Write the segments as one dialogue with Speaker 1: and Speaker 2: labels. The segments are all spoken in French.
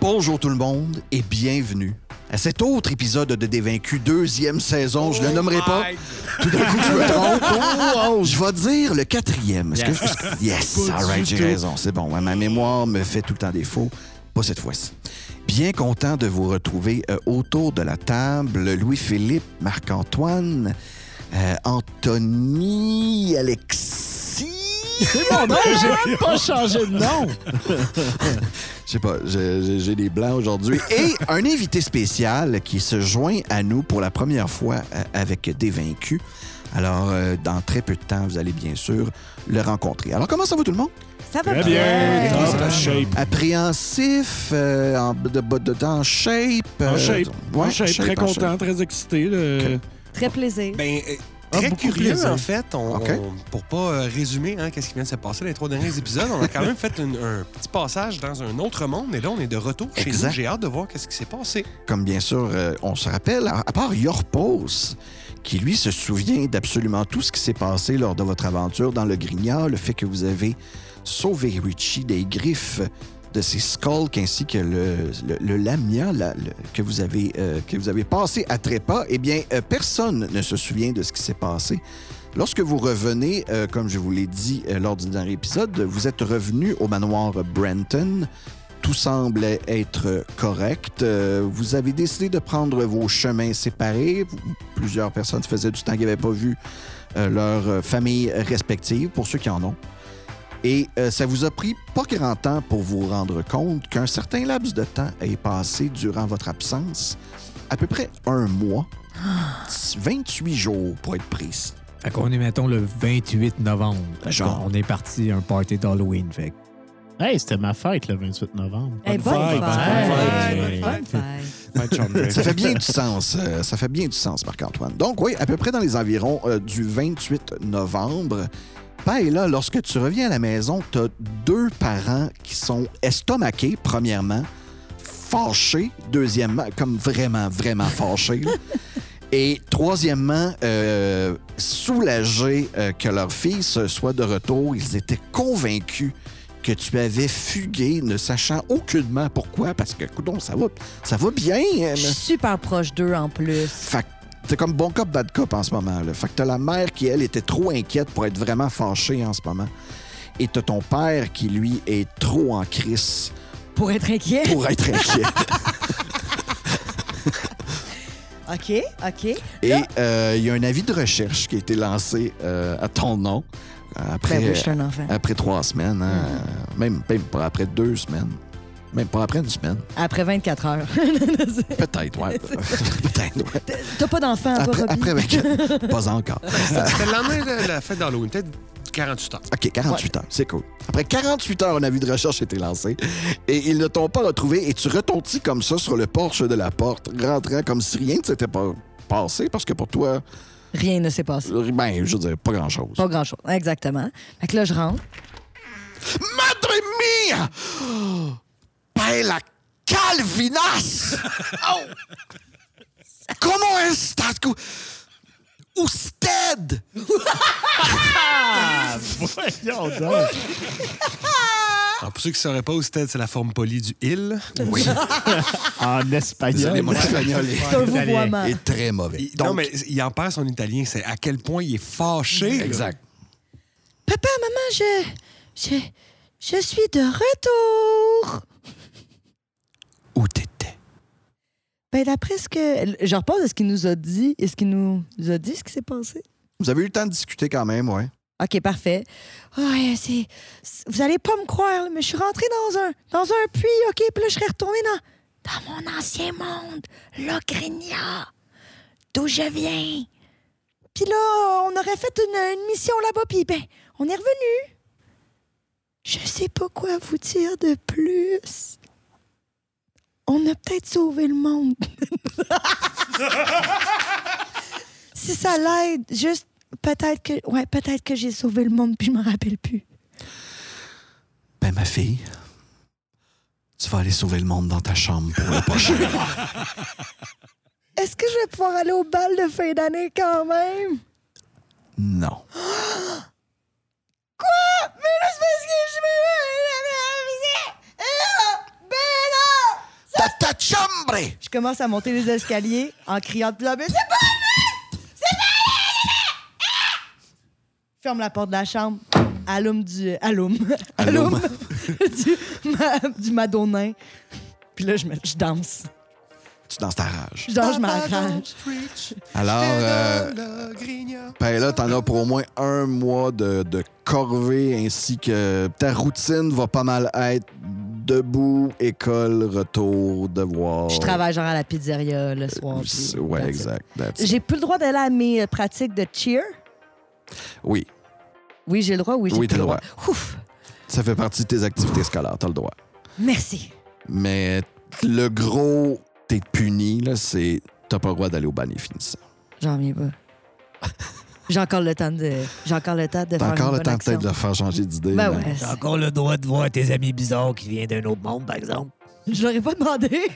Speaker 1: Bonjour tout le monde et bienvenue à cet autre épisode de Dévaincu, deuxième saison. je le
Speaker 2: Oh
Speaker 1: nommerai pas. Tout d'un coup, je me trompe. je vais dire le quatrième. Est-ce que je- yes all right, j'ai raison. C'est bon. Ouais, ma mémoire me fait tout le temps défaut. Pas cette fois-ci. Bien content de vous retrouver euh, autour de la table. Louis-Philippe, Marc-Antoine, euh, Anthony, Alexis.
Speaker 2: Mon nom, j'ai même pas changé de nom.
Speaker 1: Je sais pas, j'ai j'ai- j'ai des blancs aujourd'hui. Et un invité spécial qui se joint à nous pour la première fois euh, avec des vaincus. Alors, euh, dans très peu de temps, vous allez bien sûr le rencontrer. Alors, comment ça va tout le monde?
Speaker 3: Ça va
Speaker 4: Très bien,
Speaker 1: Ouais.
Speaker 4: top
Speaker 1: Ouais.
Speaker 4: shape.
Speaker 1: Appréhensif, euh, en, de, de, de- en shape.
Speaker 4: En
Speaker 1: euh,
Speaker 4: shape.
Speaker 1: ouais,
Speaker 4: En shape, très
Speaker 1: en
Speaker 4: content,
Speaker 1: shape.
Speaker 4: très excité. le-
Speaker 3: Très plaisir.
Speaker 5: Ben, euh,
Speaker 4: Ah,
Speaker 5: très
Speaker 4: beaucoup de
Speaker 5: curieux,
Speaker 4: plaisir.
Speaker 5: en fait. On,
Speaker 1: OK.
Speaker 5: on- pour pas euh, résumer hein, qu'est-ce qui vient de se passer dans les trois derniers épisodes, on a quand même fait une- un petit passage dans un autre monde. Et là, on est de retour chez
Speaker 1: Exact.
Speaker 5: nous. J'ai hâte de voir qu'est-ce qui s'est passé.
Speaker 1: Comme bien sûr, euh, on se rappelle, à, à part Yorpos, qui lui se souvient d'absolument tout ce qui s'est passé lors de votre aventure dans le Grignard, le fait que vous avez sauvé Richie des griffes de ses skulks ainsi que le, le, le lamia la- le- que, vous avez, euh, que vous avez passé à trépas, eh bien, euh, personne ne se souvient de ce qui s'est passé. Lorsque vous revenez, euh, comme je vous l'ai dit euh, lors du dernier épisode, vous êtes revenu au manoir Brenton tout semble être correct. Euh, vous avez décidé de prendre vos chemins séparés. Plusieurs personnes faisaient du temps qu'ils n'avaient pas vu euh, leur euh, famille respective, pour ceux qui en ont. Et euh, ça vous a pris pas grand temps pour vous rendre compte qu'un certain laps de temps est passé durant votre absence, à peu près un mois, 28 jours pour être précis.
Speaker 2: Fait qu'on est, mettons, le 28 novembre. Fait
Speaker 1: Genre.
Speaker 2: qu'on- On est parti à un party d'Halloween, fait. que-
Speaker 6: Hey, c'était ma fête le 28 novembre.
Speaker 3: Eh, bonne
Speaker 4: vibe,
Speaker 3: fête.
Speaker 6: vibe.
Speaker 4: bonne
Speaker 3: Bonne
Speaker 6: Ouais.
Speaker 3: fête. Bonne fête.
Speaker 1: Ça fait bien du sens. euh, ça fait bien du sens, Marc-Antoine. Donc, oui, à peu près dans les environs euh, du 28 novembre, là, lorsque tu reviens à la maison, tu as deux parents qui sont estomaqués, premièrement, fâchés, deuxièmement, comme vraiment, vraiment fâchés. là. Et troisièmement, euh, soulagés euh, que leur fils soit de retour. Ils étaient convaincus que tu avais fugué, ne sachant aucunement pourquoi, parce que, coudon, ça va, ça va bien. euh,
Speaker 3: Je suis super proche d'eux en plus.
Speaker 1: fait que t'es comme bon cop, bad cop en ce moment. Là. Fait que t'as la mère qui, elle, était trop inquiète pour être vraiment fâchée en ce moment. Et t'as ton père qui, lui, est trop en crise
Speaker 3: Pour être inquiet.
Speaker 1: pour être inquiet.
Speaker 3: OK, OK.
Speaker 1: Et euh, il y a un avis de recherche qui a été lancé euh, à ton nom euh, après, euh,
Speaker 3: Ben oui, je suis un enfant. Mhm.
Speaker 1: après trois semaines, hein, euh, même, même pas après deux semaines. Même pas après une semaine.
Speaker 3: Après 24 heures.
Speaker 1: Peut-être, ouais. Peut-être, ouais.
Speaker 3: T'as Ah, pas d'enfant, toi,
Speaker 1: Après,
Speaker 3: Robbie?
Speaker 1: après pas encore.
Speaker 5: C'était le lendemain de la fête d'Halloween, peut-être 48 heures.
Speaker 1: OK, 48 heures, c'est cool. Après 48 heures, un avis de recherche a été lancé et ils ne t'ont pas retrouvé et tu retentis comme ça sur le porche de la porte, rentrant comme si rien ne s'était pas passé parce que pour toi,
Speaker 3: Rien ne s'est passé.
Speaker 1: euh, ben, je veux dire, pas grand-chose.
Speaker 3: Pas grand-chose. Exactement. Fait que là, je rentre.
Speaker 1: Madre mia! Bella Calvinas! Oh! Comment estás? tu? Usted!
Speaker 6: Voyons donc.
Speaker 5: Alors, pour ceux qui ne sauraient pas, où c'était, c'est la forme polie du il.
Speaker 1: Ah! Oui,
Speaker 6: En
Speaker 1: désolé,
Speaker 6: espagnol.
Speaker 1: mon espagnol
Speaker 3: C'est un
Speaker 1: est,
Speaker 3: vouvoiement.
Speaker 1: est très mauvais.
Speaker 5: Il- non, mais il en perd son italien. C'est à quel point il est fâché. là.
Speaker 1: Exact.
Speaker 3: Papa, maman, je... Je... Je suis de retour.
Speaker 1: Où t'étais?
Speaker 3: Ben, d'après ce que... Je repose à ce qu'il nous a dit et ce qu'il nous a dit, ce qui s'est passé.
Speaker 1: Vous avez eu le temps de discuter quand même, ouais.
Speaker 3: OK, parfait. Ah, Ouais, c'est- c'est- Vous allez pas me croire, là, mais je suis rentrée dans un, dans un puits, OK? Puis là, je serais retournée dans, dans mon ancien monde, l'Ogrigna, d'où je viens. Puis là, on aurait fait une, une mission là-bas, puis ben, on est revenu. Je sais pas quoi vous dire de plus. On a peut-être sauvé le monde. si ça l'aide, juste peut-être que ouais, peut-être que j'ai sauvé le monde puis je m'en rappelle plus.
Speaker 1: Ben, ma fille, tu vas aller sauver le monde dans ta chambre pour le prochain.
Speaker 3: Est-ce que je vais pouvoir aller au bal de fin d'année quand même
Speaker 1: non.
Speaker 3: Quoi Mais
Speaker 1: euh,
Speaker 3: là c'est parce que je me Ah, Ben non
Speaker 1: chambre!
Speaker 3: Je commence à monter les escaliers en criant de plus en plus. C'est pas vrai! C'est pas vrai! Ah! Ferme la porte de la chambre. Allume du. euh, Allume.
Speaker 1: Allume.
Speaker 3: du, ma- du madonin. Puis là, je, me- je danse.
Speaker 1: Tu danses ta rage.
Speaker 3: Je danse, je m'arrache.
Speaker 1: Alors, euh, ben là, t'en as pour au moins un mois de, de corvée, ainsi que ta routine va pas mal être debout, école, retour, devoir.
Speaker 3: Je travaille genre à la pizzeria le soir. puis that's
Speaker 1: Ouais,
Speaker 3: it.
Speaker 1: exact. that's it.
Speaker 3: J'ai plus le droit d'aller à mes euh, pratiques de cheer.
Speaker 1: Oui,
Speaker 3: Oui, j'ai le droit. Oui, j'ai
Speaker 1: Oui,
Speaker 3: plus
Speaker 1: t'as
Speaker 3: le
Speaker 1: le
Speaker 3: droit. Ouf!
Speaker 1: ça fait partie de tes activités scolaires, t'as le droit.
Speaker 3: Merci.
Speaker 1: Mais le gros, t'es puni, là, c'est t'as pas le droit d'aller au ban et finissant.
Speaker 3: J'en viens pas. J'ai encore le temps de. J'ai encore le temps de
Speaker 1: T'as
Speaker 3: faire
Speaker 1: encore
Speaker 3: une
Speaker 1: le
Speaker 3: bonne
Speaker 1: temps
Speaker 3: action.
Speaker 1: peut-être de leur faire changer d'idée.
Speaker 3: Ben
Speaker 1: là.
Speaker 3: ouais.
Speaker 2: T'as encore le droit de voir tes amis bizarres qui viennent d'un autre monde, par exemple.
Speaker 3: Je l'aurais pas demandé. J'ai-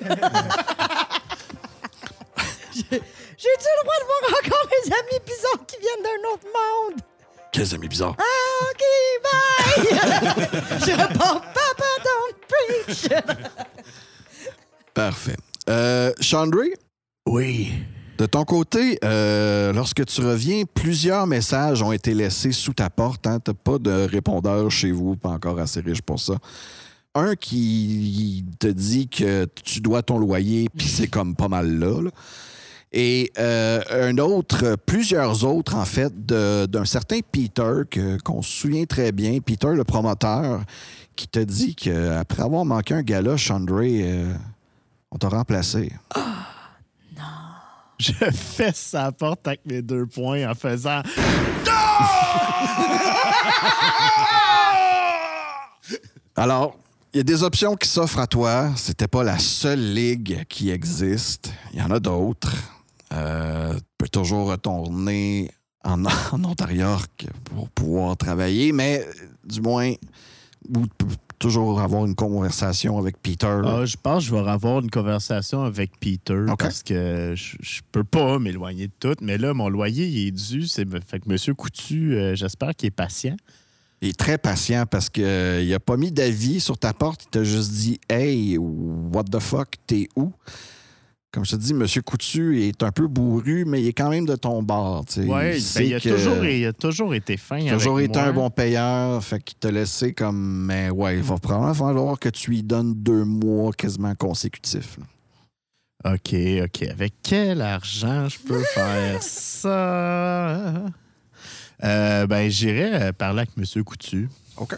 Speaker 3: J'ai-tu le droit de voir encore mes amis bizarres qui viennent d'un autre monde?
Speaker 1: Quels amis bizarres.
Speaker 3: Ah, OK, bye! Je réponds, papa, don't preach!
Speaker 1: Parfait. Euh, Chandray,
Speaker 6: Oui.
Speaker 1: de ton côté, euh, lorsque tu reviens, plusieurs messages ont été laissés sous ta porte. Hein. T'as pas de répondeur chez vous, pas encore assez riche pour ça. Un qui te dit que tu dois ton loyer, puis c'est comme pas mal là. là. Et euh, un autre, plusieurs autres, en fait, de- d'un certain Peter que- qu'on se souvient très bien, Peter le promoteur, qui te dit qu'après avoir manqué un gala, Chandray, euh, on t'a remplacé.
Speaker 6: Je fesse sa porte avec mes deux poings en faisant. Ah,
Speaker 1: Alors, il y a des options qui s'offrent à toi. C'était pas la seule ligue qui existe. Il y en a d'autres. Euh, tu peux toujours retourner en, en Ontario pour pouvoir travailler, mais euh, du moins, ou tu peux toujours avoir une conversation avec Peter.
Speaker 6: Ah, je pense que je vais avoir une conversation avec Peter
Speaker 1: OK.
Speaker 6: parce que je, je peux pas m'éloigner de tout. Mais là, mon loyer il est dû. C'est, fait que Monsieur Coutu, euh, j'espère qu'il est patient.
Speaker 1: Il est très patient parce qu'il n'a pas mis d'avis sur ta porte. Il t'a juste dit Hey, what the fuck, t'es où? Comme je te dis, M. Coutu est un peu bourru, mais il est quand même de ton bord. tu sais.
Speaker 6: Ouais, ben,
Speaker 1: sait
Speaker 6: il, a
Speaker 1: que-
Speaker 6: toujours, il a toujours été fin.
Speaker 1: Il a toujours
Speaker 6: avec
Speaker 1: été
Speaker 6: moi.
Speaker 1: un bon payeur, fait qu'il t'a laissé comme. Mais ouais, il va probablement falloir que tu lui donnes deux mois quasiment consécutifs. là.
Speaker 6: OK, OK. Avec quel argent je peux faire ça? Euh, ben, j'irai euh, parler avec Monsieur Coutu.
Speaker 1: OK.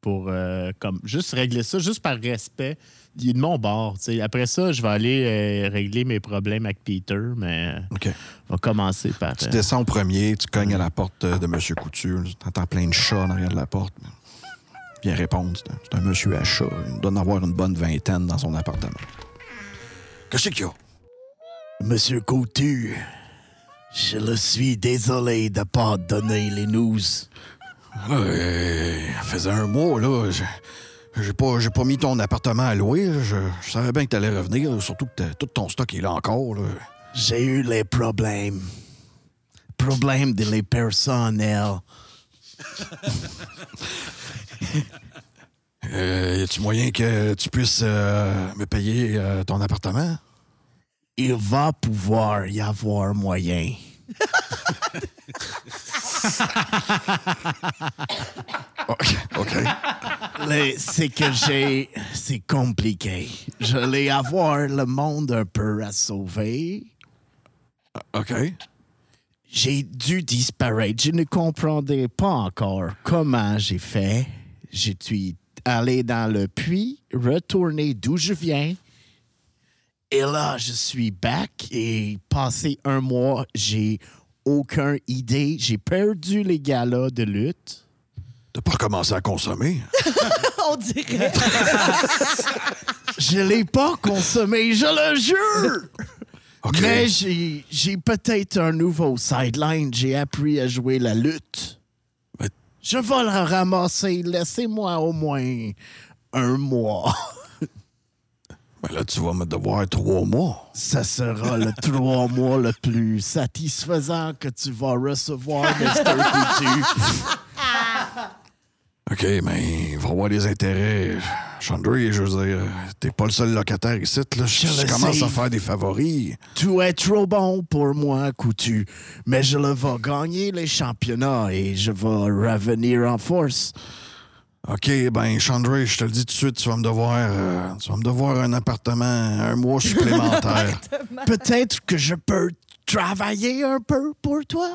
Speaker 6: Pour euh, comme juste régler ça, juste par respect. Il est de mon bord. tu sais. Après ça, je vais aller euh, régler mes problèmes avec Peter, mais
Speaker 1: OK.
Speaker 6: on va commencer par.
Speaker 1: Tu
Speaker 6: euh,
Speaker 1: descends au premier, tu cognes à la porte de M. Coutu. T'entends plein de chats en arrière de la porte. Viens répondre. c'est un- C'est un monsieur à chat. Il doit en avoir une bonne vingtaine dans son appartement. Qu'est-ce qu'il y a?
Speaker 6: Monsieur Coutu, je le suis désolé de ne pas donner les news.
Speaker 1: ça faisait un mois, là. j'ai- J'ai pas, j'ai pas mis ton appartement à louer. là. Je, je savais bien que t'allais revenir, surtout que t'as- tout ton stock est là encore. là.
Speaker 6: J'ai eu les problèmes. Problèmes de les personnels.
Speaker 1: Euh, y a-tu moyen que tu puisses euh, me payer euh, ton appartement?
Speaker 6: Il va pouvoir y avoir moyen.
Speaker 1: OK. OK.
Speaker 6: Les- C'est que j'ai. C'est compliqué. Je vais avoir le monde un peu à sauver.
Speaker 1: Euh, OK.
Speaker 6: J'ai dû disparaître. Je ne comprenais pas encore comment j'ai fait. Je suis allé dans le puits, retourné d'où je viens. Et là, je suis back et passé un mois, j'ai aucune idée. J'ai perdu les galas de lutte.
Speaker 1: T'as pas recommencé à consommer?
Speaker 3: On dirait.
Speaker 6: Je l'ai pas consommé, je le jure!
Speaker 1: OK.
Speaker 6: Mais j'ai j'ai peut-être un nouveau sideline. J'ai appris à jouer la lutte.
Speaker 1: Mais-
Speaker 6: Je vais le ramasser. Laissez-moi au moins un mois.
Speaker 1: Ben là, tu vas me devoir trois mois.
Speaker 6: Ça sera le trois mois le plus satisfaisant que tu vas recevoir, Mr. Coutu.
Speaker 1: OK, mais il va y avoir des intérêts. Chandray, je veux dire, t'es pas le seul locataire ici. Là.
Speaker 6: Je
Speaker 1: Je, je
Speaker 6: le
Speaker 1: commence
Speaker 6: sais.
Speaker 1: à faire des favoris.
Speaker 6: Tu es trop bon pour moi, Coutu, mais je le vais gagner les championnats et je vais revenir en force.
Speaker 1: OK, ben, Chandray, je te le dis tout de suite, tu vas me devoir, euh, tu vas me devoir un appartement, un mois supplémentaire.
Speaker 6: Peut-être que je peux travailler un peu pour toi.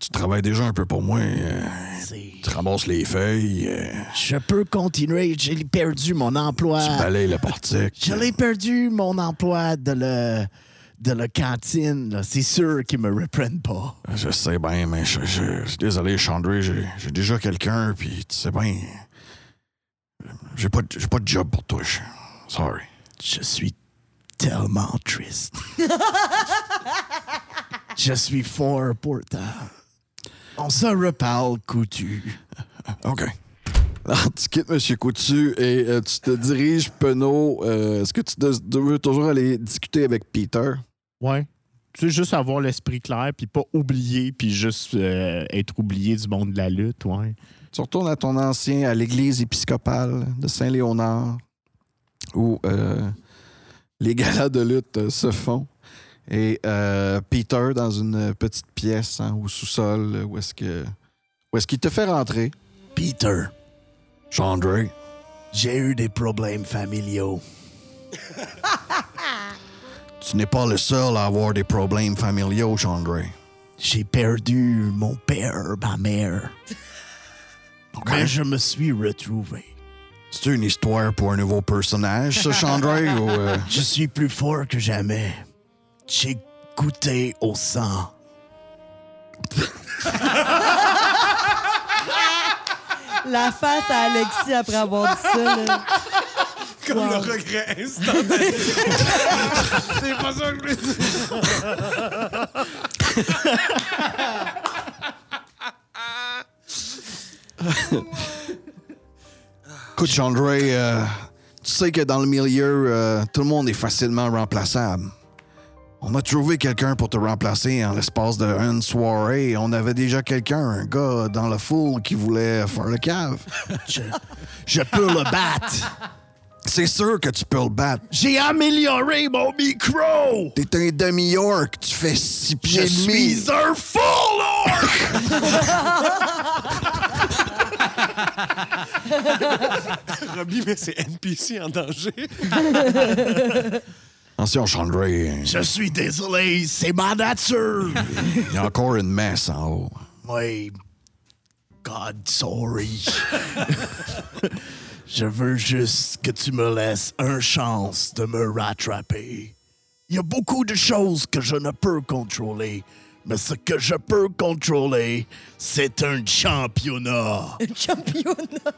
Speaker 1: tu travailles déjà un peu pour moi. euh,
Speaker 6: C'est-
Speaker 1: tu ramasses les feuilles, euh,
Speaker 6: Je peux continuer. J'ai perdu mon emploi.
Speaker 1: tu balayes le portique.
Speaker 6: Je l'ai perdu, mon emploi de le de la cantine. là. C'est sûr qu'ils me reprennent pas.
Speaker 1: Je sais bien, mais je, je- je suis désolé, Chandray, j'ai j'ai déjà quelqu'un, puis tu sais bien. J'ai pas, de- j'ai pas de job pour toi. je- Sorry.
Speaker 6: Je suis tellement triste. je suis fort pourtant. On se reparle, coutu.
Speaker 1: OK. Alors, tu quittes M. Coutu et euh, tu te diriges, Penaud. euh, Est-ce que tu te- tu veux toujours aller discuter avec Peter?
Speaker 7: Ouais. Tu sais, juste avoir l'esprit clair, puis pas oublier, puis juste euh, être oublié du monde de la lutte, ouais.
Speaker 1: Tu retournes à ton ancien, à l'église épiscopale de Saint-Léonard, où euh, les galas de lutte euh, se font. Et euh, Peter, dans une petite pièce hein, au sous-sol, où est-ce que où est-ce qu'il te fait rentrer?
Speaker 6: Peter,
Speaker 1: Chandray.
Speaker 6: j'ai eu des problèmes familiaux.
Speaker 1: Tu n'es pas le seul à avoir des problèmes familiaux, Chandray.
Speaker 6: J'ai perdu mon père, ma mère. Mais je me suis retrouvé.
Speaker 1: C'est une histoire pour un nouveau personnage, ça, Chandray? ou, euh,
Speaker 6: Je suis plus fort que jamais. J'ai goûté au sang.
Speaker 3: La face à Alexis après avoir dit ça. là.
Speaker 5: Comme le regret instantané. c'est pas ça que je
Speaker 1: Écoute, Chandray, euh, tu sais que dans le milieu, euh, tout le monde est facilement remplaçable. On a trouvé quelqu'un pour te remplacer en l'espace de une soirée. On avait déjà quelqu'un, un gars dans la foule qui voulait faire le cave.
Speaker 6: Je, je peux le battre.
Speaker 1: C'est sûr que tu peux le battre.
Speaker 6: J'ai amélioré mon micro.
Speaker 1: T'es un demi-orc, tu fais six
Speaker 6: Je
Speaker 1: pieds et demi.
Speaker 6: suis un full orc.
Speaker 5: Robbie, mais c'est NPC en danger.
Speaker 1: Attention, Chandray,
Speaker 6: Je suis désolé, c'est ma nature.
Speaker 1: il y a encore une messe en haut.
Speaker 6: Oui. God, sorry. je veux juste que tu me laisses une chance de me rattraper. Il y a beaucoup de choses que je ne peux contrôler, mais ce que je peux contrôler, c'est un championnat.
Speaker 3: Championnat.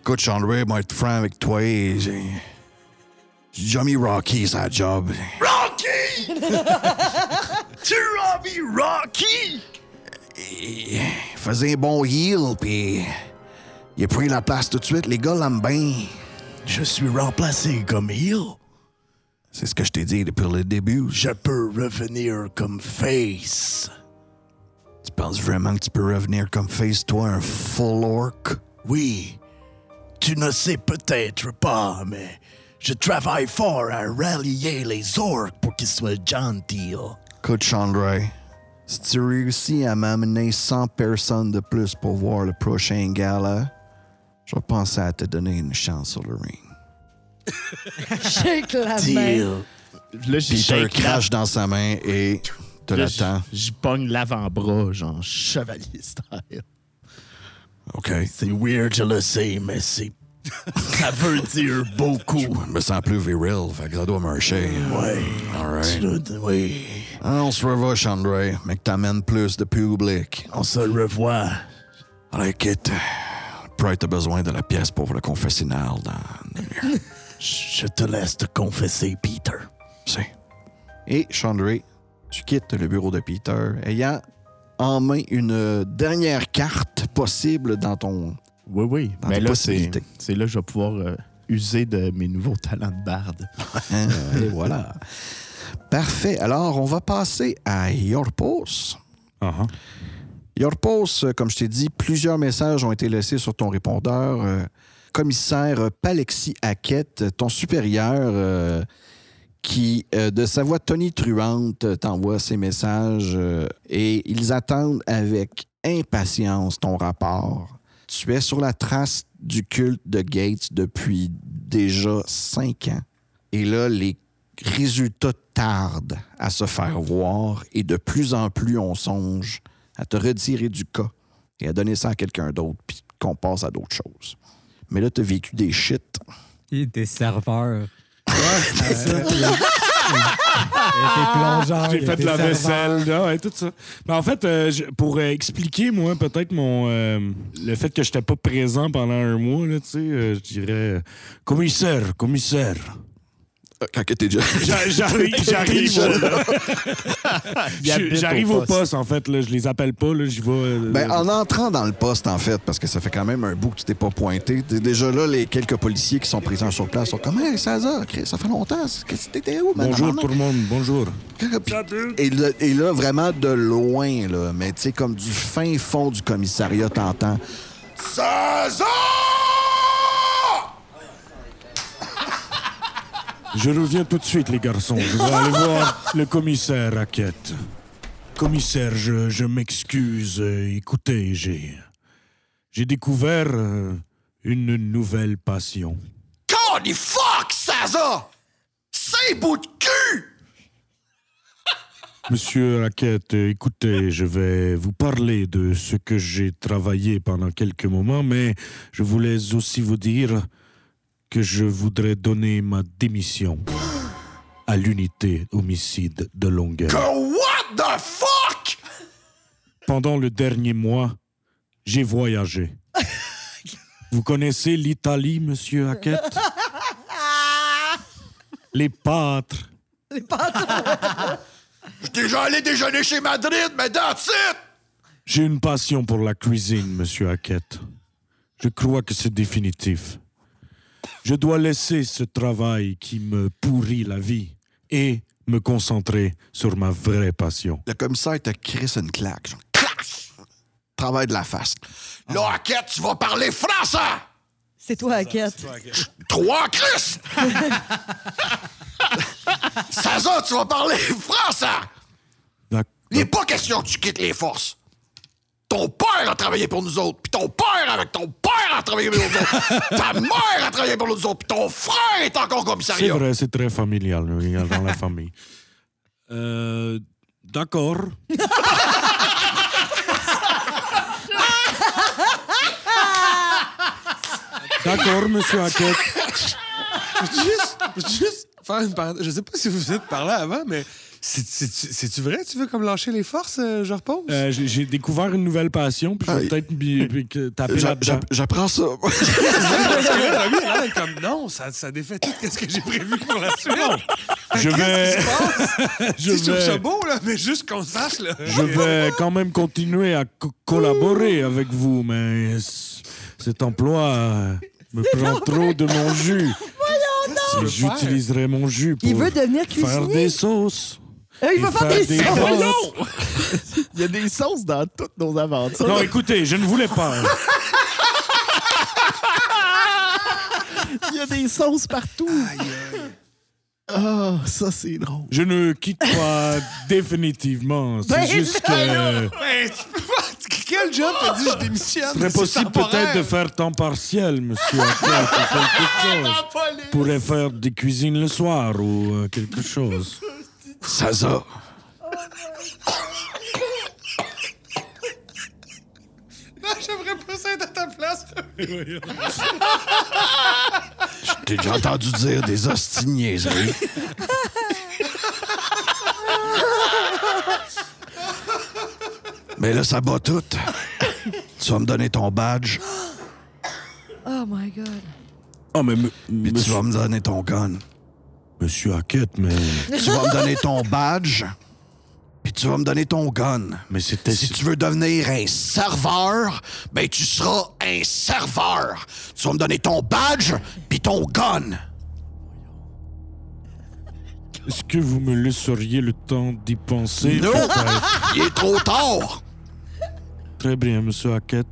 Speaker 1: Écoute, Chandray, moi, être franc avec toi, j'ai. J'ai déjà mis Rocky sa job.
Speaker 6: Rocky! tu as mis Rocky?
Speaker 1: Il faisait un bon heel, puis il a pris la place tout de suite. Les gars l'aiment bien.
Speaker 6: Je suis remplacé comme heel.
Speaker 1: C'est ce que je t'ai dit depuis le début. Je-
Speaker 6: Je peux revenir comme face.
Speaker 1: Tu penses vraiment que tu peux revenir comme face, toi, un full orc?
Speaker 6: Oui, tu ne sais peut-être pas, mais je travaille fort à rallier les orques pour qu'ils soient gentils.
Speaker 1: Écoute, Chandray, si tu réussis à m'amener 100 personnes de plus pour voir le prochain gala, je vais penser à te donner une chance sur le ring.
Speaker 3: Shake la main.
Speaker 6: Deal.
Speaker 7: Là, j'ai
Speaker 1: Peter
Speaker 7: shake la-
Speaker 1: crache dans sa main et te
Speaker 7: là,
Speaker 1: l'attend.
Speaker 7: j- Je pogne l'avant-bras, genre chevalier style.
Speaker 1: OK.
Speaker 6: C'est weird, je le sais, mais c'est. Ça veut dire beaucoup.
Speaker 1: Je me sens plus viril, fait que ça doit marcher.
Speaker 6: Ouais.
Speaker 1: All right.
Speaker 6: Tu le- Oui.
Speaker 1: Ah, on se revoit, Chandray, mais que t'amènes plus de public.
Speaker 6: On se revoit.
Speaker 1: Allez, quitte. Pride a besoin de la pièce pour le confessionnal dans une demi-heure.
Speaker 6: Je te laisse te confesser, Peter.
Speaker 1: C'est. Et Chandray, tu quittes le bureau de Peter ayant en main une dernière carte possible dans ton...
Speaker 7: Oui, oui.
Speaker 1: Dans
Speaker 7: Mais
Speaker 1: tes
Speaker 7: là, c'est
Speaker 1: possibilités.
Speaker 7: c'est là que je vais pouvoir euh, user de mes nouveaux talents de barde.
Speaker 1: Hein, et voilà. Parfait. Alors, on va passer à Yorpos. Yorpos, euh, comme je t'ai dit, plusieurs messages ont été laissés sur ton répondeur. euh, commissaire Palexi Hackett, ton supérieur, euh, qui, euh, de sa voix tonitruante, euh, t'envoie ses messages euh, et ils attendent avec impatience ton rapport. Tu es sur la trace du culte de Gates depuis déjà cinq ans. Et là, les résultats tardent à se faire voir et de plus en plus, on songe à te retirer du cas et à donner ça à quelqu'un d'autre, puis qu'on passe à d'autres choses. Mais là, tu as vécu des shit.
Speaker 8: Il était serveur. Ouais, c'est ça. Il
Speaker 5: Ah!
Speaker 8: était plongeur.
Speaker 4: J'ai
Speaker 8: il
Speaker 4: fait
Speaker 8: était
Speaker 4: de la
Speaker 8: serveur.
Speaker 4: vaisselle, là, ouais, tout ça. Mais en fait, euh, je- pour euh, expliquer, moi, peut-être mon euh, le fait que je n'étais pas présent pendant un mois, là, tu sais, euh, je dirais euh, commissaire, commissaire.
Speaker 1: Euh, Quand t'es déjà.
Speaker 4: J'a- J'arrive, j'arrive.
Speaker 7: Il habite
Speaker 4: Je- J'arrive au
Speaker 7: poste.
Speaker 4: poste, en fait. Là, je les appelle pas. Là, j'y vais. euh,
Speaker 1: Ben, en entrant dans le poste, en fait, parce que ça fait quand même un bout que tu t'es pas pointé, t'es déjà là, les quelques policiers qui sont présents sur place sont comme Hey, 16 heures, Chris, ça fait longtemps, c'est- qu'est-ce que t'étais où, man?
Speaker 4: Bonjour
Speaker 1: Tabarnak.
Speaker 4: tout le monde, bonjour.
Speaker 1: Puis- Et là, et là, vraiment de loin, là, mais tu sais, comme du fin fond du commissariat, t'entends. César!
Speaker 4: Je reviens tout de suite, les garçons. Je vais aller voir le commissaire à quête. Commissaire, je, je m'excuse. Euh, Écoutez, j'ai. J'ai découvert euh, une nouvelle passion.
Speaker 1: God, fuck, César! C'est bout de cul!
Speaker 4: Monsieur Raquette, écoutez, je vais vous parler de ce que j'ai travaillé pendant quelques moments, mais je voulais aussi vous dire que je voudrais donner ma démission à l'unité homicide de Longueuil.
Speaker 1: What the fuck?
Speaker 4: Pendant le dernier mois, j'ai voyagé. Vous connaissez l'Italie, monsieur Hackett Les pâtres,
Speaker 1: J'étais déjà allé déjeuner chez Madrid, mais that's it!
Speaker 4: J'ai une passion pour la cuisine, monsieur Hackett. Je crois que c'est définitif. Je dois laisser ce travail qui me pourrit la vie et me concentrer sur ma vraie passion.
Speaker 1: Le commissaire te crisse une claque. Genre, clash! Travail de la face.
Speaker 3: Ah.
Speaker 1: Là, Hackett, tu vas parler français!
Speaker 3: C'est toi, Hackett.
Speaker 1: Trois Chris! Saza, tu vas parler français!
Speaker 4: D'ac-
Speaker 1: Il n'est pas question que tu quittes les forces. Ton père a travaillé pour nous autres, puis ton père avec ton père a travaillé pour nous autres, ta mère a travaillé pour nous autres, puis ton frère est encore
Speaker 4: C'est
Speaker 1: commissariat.
Speaker 4: vrai, c'est très familial euh, dans la famille. Euh, D'accord. D'accord, monsieur Hackett.
Speaker 5: juste, juste faire une parenthèse. Je sais pas si vous vous êtes parlé avant, mais c'est- c'est- c'est-tu vrai? Tu veux comme lâcher les forces, euh, je repose?
Speaker 4: Euh, j'ai j'ai découvert une nouvelle passion, puis je vais
Speaker 1: Ah,
Speaker 4: peut-être bi- bi- que taper
Speaker 1: J'a-
Speaker 4: là-dedans.
Speaker 1: j'a- J'apprends ça.
Speaker 5: Parce que là, lui, il a l'air comme non, ça, ça défait tout ce que j'ai prévu pour la suite.
Speaker 4: Je vais, je,
Speaker 5: Tu sais, je trouve ça
Speaker 4: vais,
Speaker 5: beau, là, mais juste qu'on sache, là.
Speaker 4: je vais quand même continuer à co- collaborer avec vous, mais c- cet emploi euh, me prend trop de mon jus. Et J'utiliserai mon jus pour
Speaker 3: Il veut devenir
Speaker 4: faire des
Speaker 3: cuisinier.
Speaker 4: sauces.
Speaker 3: Euh, il
Speaker 4: et
Speaker 3: va faire des
Speaker 4: pâtes.
Speaker 3: sauces.
Speaker 6: Il y a des sauces dans toutes nos aventures.
Speaker 4: Non, écoutez, je ne voulais pas. hein.
Speaker 6: Il y a des sauces partout. Ah, ça, c'est drôle.
Speaker 4: Je ne quitte pas définitivement. C'est
Speaker 3: Ben
Speaker 4: juste que...
Speaker 5: Ouais, ben, tu peux pas- Quel job t'as dit je
Speaker 1: Ah,
Speaker 5: démissionne?
Speaker 4: serait
Speaker 5: C'est
Speaker 4: possible
Speaker 5: temporaire.
Speaker 4: peut-être de faire temps partiel, monsieur. Hackett, ou quelque chose. Pourrait faire des cuisines le soir ou euh, quelque chose.
Speaker 1: Saza.
Speaker 5: Non, j'aimerais pas ça être à ta place.
Speaker 1: J'ai déjà entendu dire des hosties de niaiseries. Mais là, ça bat tout. Tu vas me donner ton badge,
Speaker 3: Oh my God.
Speaker 4: Oh, mais
Speaker 1: puis tu vas me donner ton gun.
Speaker 4: monsieur Hackett, mais,
Speaker 1: Tu vas me donner ton badge, puis tu vas me donner ton gun.
Speaker 4: mais c'était.
Speaker 1: Si tu veux devenir un serveur, ben tu seras un serveur. Tu vas me donner ton badge, puis ton gun.
Speaker 4: Est-ce que vous me laisseriez le temps d'y penser
Speaker 1: Non.
Speaker 4: peut-être?
Speaker 1: Il est trop tard.
Speaker 4: Très bien, monsieur Hackett.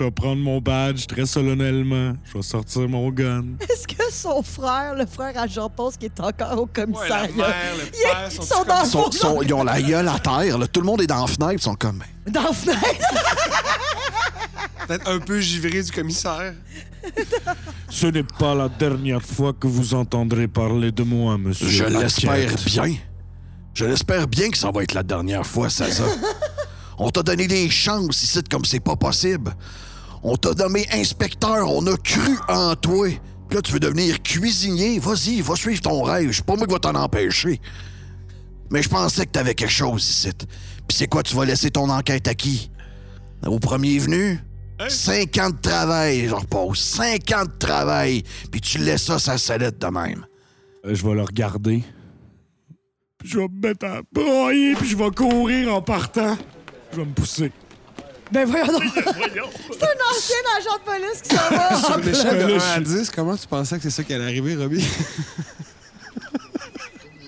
Speaker 4: Je vais prendre mon badge très solennellement. Je vais sortir mon gun.
Speaker 3: Est-ce que son frère, le frère à Jean-Paul, qui est encore au
Speaker 5: Ouais, la
Speaker 3: commissariat,
Speaker 5: mère, le
Speaker 3: Ils-
Speaker 5: père,
Speaker 3: ils
Speaker 5: sont,
Speaker 3: sont dans-
Speaker 5: dans...
Speaker 3: Ah,
Speaker 1: Ils sont-
Speaker 3: bon,
Speaker 1: sont-
Speaker 3: non.
Speaker 1: ils ont la gueule à terre. là. Tout le monde est dans la fenêtre. Ils sont comme...
Speaker 3: dans la fenêtre?
Speaker 5: peut-être un peu givrés du commissaire.
Speaker 4: Ce n'est pas la dernière fois que vous entendrez parler de moi, monsieur.
Speaker 1: Je
Speaker 4: Hackett.
Speaker 1: l'espère bien. Je l'espère bien que ça va être la dernière fois, Saza. on t'a donné des chances ici comme c'est pas possible. On t'a nommé inspecteur, on a cru en toi. Puis là, tu veux devenir cuisinier. Vas-y, va suivre ton rêve. Je suis pas moi qui va t'en empêcher. Mais je pensais que t'avais quelque chose ici. Puis c'est quoi, tu vas laisser ton enquête à qui? Au premier venu?
Speaker 5: Hey.
Speaker 1: 50 ans de travail, je repose. 50 ans de travail. Puis tu laisses ça, ça salette de même.
Speaker 4: Euh, Je vais le regarder. Puis je vais me mettre à broyer, puis je vais courir en partant. Je vais me pousser.
Speaker 3: Ben voyons donc. C'est un ancien agent de police qui s'en va.
Speaker 5: Sur une échelle de 1
Speaker 4: le
Speaker 5: à 10, comment tu pensais que c'est ça qui allait arriver, Robbie?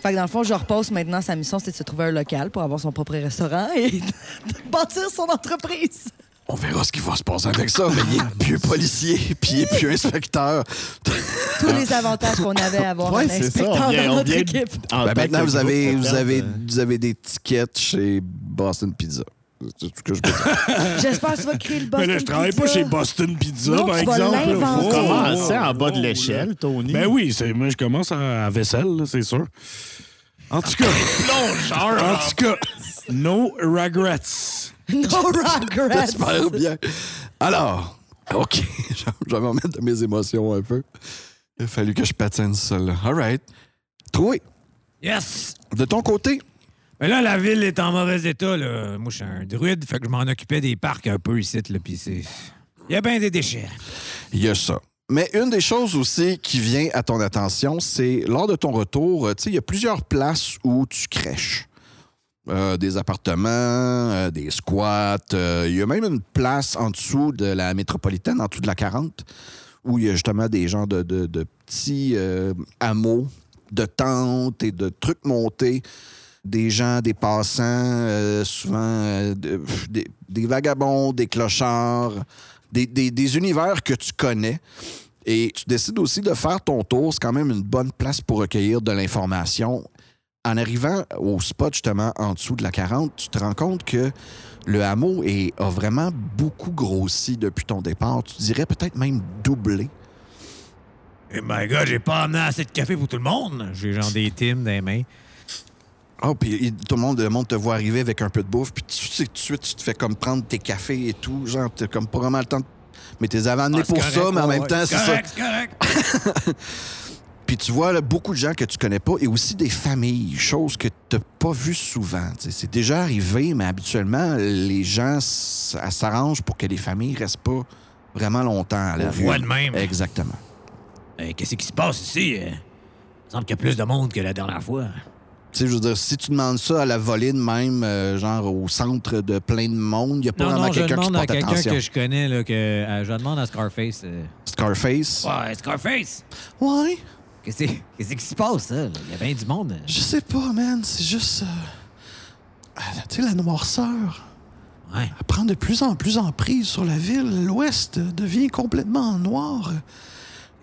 Speaker 3: Fait que dans le fond, je repose maintenant. Sa mission, c'est de se trouver un local pour avoir son propre restaurant et de bâtir son entreprise.
Speaker 1: On verra ce qui va se passer avec ça. Mais il est plus policier, puis il est plus inspecteur.
Speaker 3: Tous les avantages qu'on avait à avoir
Speaker 7: Ouais,
Speaker 3: un
Speaker 7: c'est ça.
Speaker 3: inspecteur
Speaker 7: On vient,
Speaker 3: dans
Speaker 7: on
Speaker 3: notre
Speaker 7: vient
Speaker 3: équipe.
Speaker 7: en
Speaker 1: Ben,
Speaker 7: tant
Speaker 1: maintenant,
Speaker 7: que
Speaker 1: vous avez,
Speaker 7: groupe euh,
Speaker 1: vous,
Speaker 7: de
Speaker 1: avez,
Speaker 7: perte,
Speaker 1: vous avez des tickets chez Boston Pizza. C'est tout ce que je peux dire.
Speaker 3: J'espère que tu vas créer le
Speaker 4: Mais
Speaker 3: Boston
Speaker 4: là, je travaille pas
Speaker 3: Pizza.
Speaker 4: chez Boston Pizza,
Speaker 3: Non,
Speaker 4: par
Speaker 3: tu vas
Speaker 4: exemple. là.
Speaker 3: l'inventer.
Speaker 7: euh,
Speaker 4: Faut
Speaker 3: Oh,
Speaker 7: Commencer en bas de
Speaker 4: oh,
Speaker 7: l'échelle, Tony.
Speaker 4: Ben oui, c'est- moi, je commence à, à vaisselle, là, c'est sûr. En tout cas, en tout cas, no regrets.
Speaker 3: No regrets.
Speaker 1: J'espère bien. Alors, OK, je je vais m'en mettre de mes émotions un peu. Il a fallu que je patine seul. All right. Troué,
Speaker 2: Yes!
Speaker 1: de ton côté,
Speaker 2: Mais là, la ville est en mauvais état. Là. Moi, je suis un druide, fait que je m'en occupais des parcs un peu ici. Là, puis c'est... Il y a bien des déchets.
Speaker 1: Il y a ça. Mais une des choses aussi qui vient à ton attention, c'est lors de ton retour, euh, tu sais, il y a plusieurs places où tu crèches. Euh, des appartements, euh, des squats. euh, Il y a même une place en dessous de la métropolitaine, en dessous de la 40, où il y a justement des genres de, de- de petits euh, hameaux de tentes et de trucs montés. Des gens, des passants, euh, souvent euh, de- pff, des- des vagabonds, des clochards des, des- des univers que tu connais. Et tu décides aussi de faire ton tour. C'est quand même une bonne place pour recueillir de l'information. En arrivant au spot, justement, en dessous de la 40, tu te rends compte que le hameau est- a vraiment beaucoup grossi depuis ton départ. Tu dirais peut-être même doublé.
Speaker 2: Et Eh, my God, j'ai pas amené assez de café pour tout le monde. J'ai genre des times dans les mains.
Speaker 1: Oh, puis il- tout le monde, le monde te voit arriver avec un peu de bouffe, puis tu sais, tout de suite, tu te fais comme prendre tes cafés et tout. Genre, t'as comme pas vraiment le temps de. Mais t'es avant
Speaker 2: Ah,
Speaker 1: pour
Speaker 2: correct,
Speaker 1: ça, mais en
Speaker 2: ouais,
Speaker 1: même
Speaker 2: ouais.
Speaker 1: temps, c'est ça.
Speaker 2: correct, correct.
Speaker 1: Puis tu vois là, beaucoup de gens que tu connais pas et aussi des familles, chose que tu n'as pas vu souvent. tu sais. C'est déjà arrivé, mais habituellement, les gens s- s'arrangent pour que les familles restent pas vraiment longtemps à la
Speaker 2: On
Speaker 1: rue.
Speaker 2: voit de même.
Speaker 1: Exactement.
Speaker 2: Euh, qu'est-ce qui se passe ici? euh? Il semble qu'il y a plus de monde que la dernière fois.
Speaker 1: Tu sais, je veux dire, si tu demandes ça à la volée de même, euh, genre au centre de plein de monde, il n'y a pas
Speaker 2: Non,
Speaker 1: vraiment
Speaker 2: non, je
Speaker 1: quelqu'un qui
Speaker 2: demande à
Speaker 1: porte
Speaker 2: quelqu'un
Speaker 1: attention.
Speaker 2: que je connais, là, que euh, je demande à Scarface. euh,
Speaker 1: Scarface.
Speaker 2: Ouais, Scarface!
Speaker 1: Ouais,
Speaker 2: Qu'est-ce qui qu'est-ce qui se passe, ça? là? Il y a bien du monde.
Speaker 1: je sais pas, man. C'est juste. euh, Tu sais, la noirceur.
Speaker 2: Ouais.
Speaker 1: Elle prend de plus en plus en prise sur la ville. L'Ouest euh, devient complètement noir.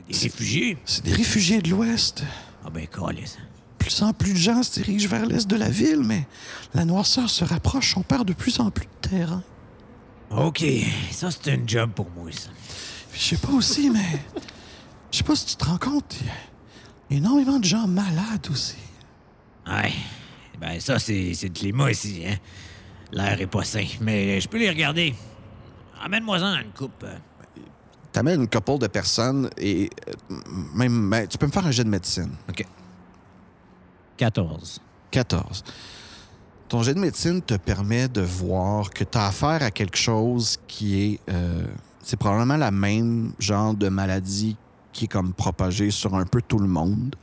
Speaker 2: Des réfugiés?
Speaker 1: C'est des réfugiés de l'Ouest.
Speaker 2: Ah ben, câlisse.
Speaker 1: Plus en plus de gens se dirigent vers l'Est de la ville, mais la noirceur se rapproche. On perd de plus en plus de terrain.
Speaker 2: OK, ça, c'est une job pour moi, ça.
Speaker 1: Puis Je sais pas aussi, mais. Je sais pas si tu te rends compte, il y a énormément de gens malades aussi.
Speaker 2: Ouais. Ben, ça, c'est c'est le climat ici, hein. L'air est pas sain, mais je peux les regarder. Amène-moi-en une coupe. euh.
Speaker 1: T'amènes une couple de personnes et. euh, Même. ben, Tu peux me faire un jet de médecine.
Speaker 2: 14.
Speaker 1: 14. Ton jet de médecine te permet de voir que tu as affaire à quelque chose qui est. euh, c'est probablement la même genre de maladie qui est comme propagée sur un peu tout le monde.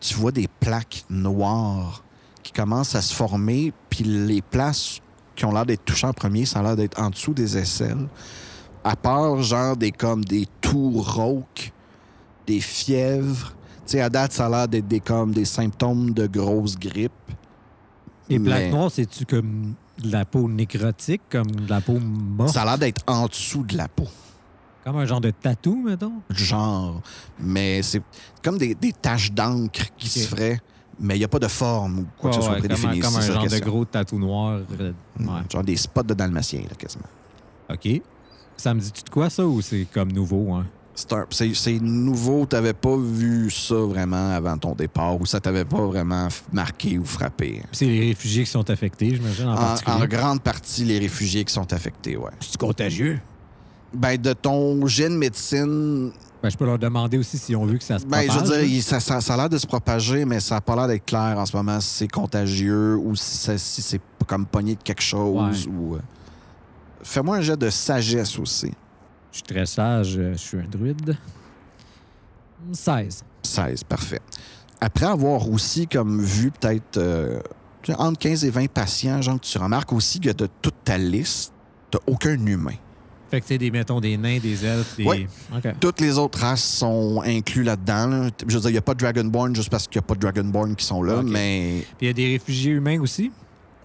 Speaker 1: Tu vois des plaques noires qui commencent à se former, puis les places qui ont l'air d'être touchées en premier, ça a l'air d'être en dessous des aisselles. À part, genre, des comme des tours rauques, des fièvres. Tu sais, à date, ça a l'air d'être des, comme, des symptômes de grosse grippe.
Speaker 8: Et plaques
Speaker 1: Mais-
Speaker 8: noires, c'est-tu comme de la peau nécrotique, comme de la peau morte?
Speaker 1: Ça a l'air d'être en dessous de la peau.
Speaker 8: Comme un genre de tatou, mettons?
Speaker 1: genre, mais c'est comme des, des taches d'encre qui
Speaker 8: Ok.
Speaker 1: se feraient, mais il n'y a pas de forme ou quoi que ce
Speaker 8: Ouais,
Speaker 1: soit
Speaker 8: ouais, comme, un-
Speaker 1: prédéfini.
Speaker 8: comme
Speaker 1: c'est
Speaker 8: un
Speaker 1: ça la
Speaker 8: genre de
Speaker 1: question.
Speaker 8: gros tatou noir. euh,
Speaker 1: Mm,
Speaker 8: ouais.
Speaker 1: Genre des spots de dalmatien, là, quasiment.
Speaker 8: OK. Ça me dit-tu de quoi, ça, ou c'est comme nouveau? Hein?
Speaker 1: C'est un- C'est c'est nouveau, tu n'avais pas vu ça vraiment avant ton départ, ou ça t'avait pas vraiment f- marqué ou frappé. hein?
Speaker 8: Puis C'est les réfugiés qui sont affectés, j'imagine, en,
Speaker 1: En,
Speaker 8: particulier.
Speaker 1: en grande partie, les réfugiés qui sont affectés, ouais.
Speaker 2: C'est contagieux.
Speaker 1: Ben, de ton gène médecine,
Speaker 8: Ben, je peux leur demander aussi s'ils ont vu que ça se
Speaker 1: ben, je
Speaker 8: propage,
Speaker 1: veux dire,
Speaker 8: là.
Speaker 1: il- ça, ça- ça a l'air de se propager, mais ça n'a pas l'air d'être clair en ce moment si c'est contagieux ou si, ça- si c'est comme pogné de quelque chose. ou euh, Fais-moi un jet de sagesse aussi.
Speaker 8: Je suis très sage, euh, je suis un druide. 16.
Speaker 1: 16, parfait. Après avoir aussi comme vu peut-être euh, tu sais, entre 15 et 20 patients, genre, tu remarques aussi que de toute ta liste, tu aucun humain.
Speaker 8: Fait que c'est des, mettons, des nains, des elfes, des...
Speaker 1: Ouais.
Speaker 8: OK.
Speaker 1: Toutes les autres races sont incluses là-dedans. là. Je veux dire, il n'y a pas de Dragonborn juste parce qu'il n'y a pas de Dragonborn qui sont là,
Speaker 8: Ok.
Speaker 1: mais
Speaker 8: Puis il y a des réfugiés humains aussi?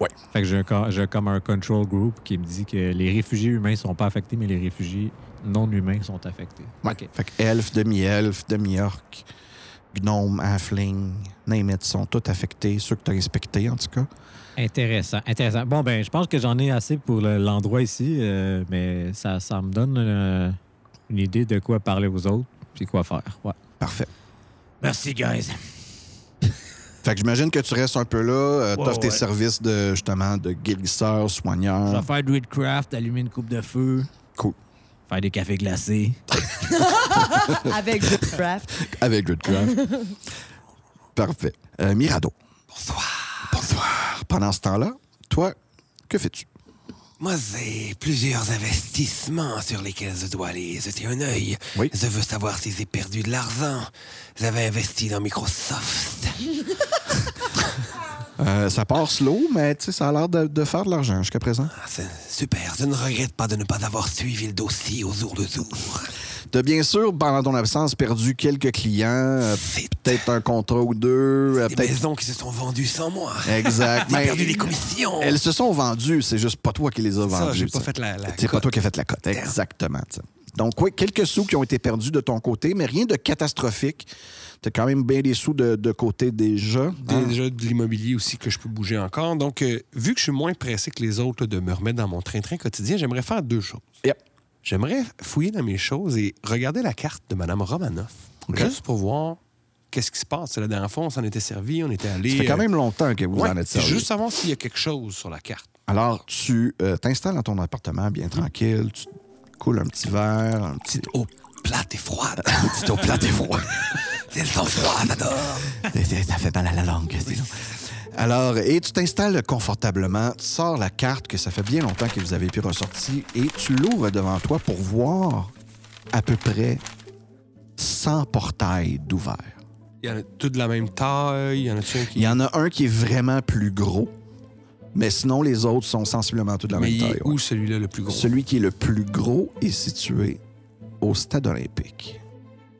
Speaker 1: Ouais.
Speaker 8: Fait que j'ai un co- j'ai comme un control group qui me dit que les réfugiés humains sont pas affectés, mais les réfugiés non humains sont affectés.
Speaker 1: Ouais.
Speaker 8: OK.
Speaker 1: Fait que elfes, demi-elfes, demi-orc, gnome, halfling, name it, sont tous affectés, ceux que tu as inspectés en tout cas.
Speaker 8: Intéressant, intéressant. Bon, ben, je pense que j'en ai assez pour le- l'endroit ici, euh, mais ça, ça me donne euh, une idée de quoi parler aux autres puis quoi faire. Ouais.
Speaker 1: Parfait.
Speaker 2: Merci, guys.
Speaker 1: Fait que j'imagine que tu restes un peu là, euh,
Speaker 2: Ouais,
Speaker 1: t'offres tes
Speaker 2: ouais.
Speaker 1: services de justement de guérisseur,
Speaker 2: Je vais
Speaker 1: soigneur.
Speaker 2: faire Druidcraft, allumer une coupe de feu.
Speaker 1: Cool.
Speaker 2: Faire des cafés glacés.
Speaker 3: Avec du craft.
Speaker 1: Avec Goodcraft. Parfait. Euh, Mirado. Bonsoir. Bonsoir. Pendant ce temps-là, toi, que fais-tu?
Speaker 9: Moi, j'ai plusieurs investissements sur lesquels je dois aller jeter un œil.
Speaker 1: Oui.
Speaker 9: Je veux savoir si j'ai perdu de l'argent. J'avais investi dans Microsoft.
Speaker 1: Euh, ça part slow, mais tu sais, ça a l'air de, de faire de l'argent jusqu'à présent.
Speaker 9: Ah, c'est super. Je ne regrette pas de ne pas avoir suivi le dossier au jour le jour.
Speaker 1: T'as bien sûr, pendant ton absence, perdu quelques clients, euh,
Speaker 9: C'est
Speaker 1: peut-être un contrat ou deux, euh,
Speaker 9: des
Speaker 1: peut-être.
Speaker 9: maisons qui se sont vendues sans moi.
Speaker 1: Exact.
Speaker 9: J'ai
Speaker 1: mais euh,
Speaker 9: perdu des commissions.
Speaker 1: Elles se sont vendues, c'est juste pas toi qui les as
Speaker 9: Ça,
Speaker 1: vendues.
Speaker 9: j'ai pas
Speaker 1: t'sais.
Speaker 9: fait la, la
Speaker 1: C'est pas
Speaker 9: cote.
Speaker 1: toi qui as fait la cote. Exactement. t'sais. Donc, oui, quelques sous qui ont été perdus de ton côté, mais rien de catastrophique. T'as quand même bien des sous de, de côté déjà. hein?
Speaker 5: Des- Déjà de l'immobilier aussi que je peux bouger encore. Donc, euh, vu que je suis moins pressé que les autres là, de me remettre dans mon train-train quotidien, j'aimerais faire deux choses.
Speaker 1: Yep.
Speaker 5: J'aimerais fouiller dans mes choses et regarder la carte de Mme Romanoff.
Speaker 1: OK.
Speaker 5: Juste pour voir qu'est-ce qui se passe. C'est La dernière fois, on s'en était servi, on était allé.
Speaker 1: Ça fait
Speaker 5: euh,
Speaker 1: quand même longtemps que vous
Speaker 5: ouais,
Speaker 1: en êtes
Speaker 5: c'est
Speaker 1: servi.
Speaker 5: juste savoir s'il y a quelque chose sur la carte.
Speaker 1: Alors, tu euh, t'installes dans ton appartement bien tranquille, tu coules un petit verre, un petit
Speaker 9: Petite eau plate et froide. Petite eau plate et froide. Elles sont froides, j'adore.
Speaker 1: Ça fait mal à la langue, dis donc. Alors, et tu t'installes confortablement, tu sors la carte que ça fait bien longtemps que vous avez pu ressortir et tu l'ouvres devant toi pour voir à peu près 100 portails d'ouvert.
Speaker 5: Il y en a tous de la même taille, il y en a-tu un qui.
Speaker 1: Il y en a un qui est vraiment plus gros, mais sinon les autres sont sensiblement tous de la
Speaker 5: Mais
Speaker 1: même
Speaker 5: il est
Speaker 1: taille. ouais.
Speaker 5: où celui-là le plus gros?
Speaker 1: Celui qui est le plus gros est situé au stade olympique.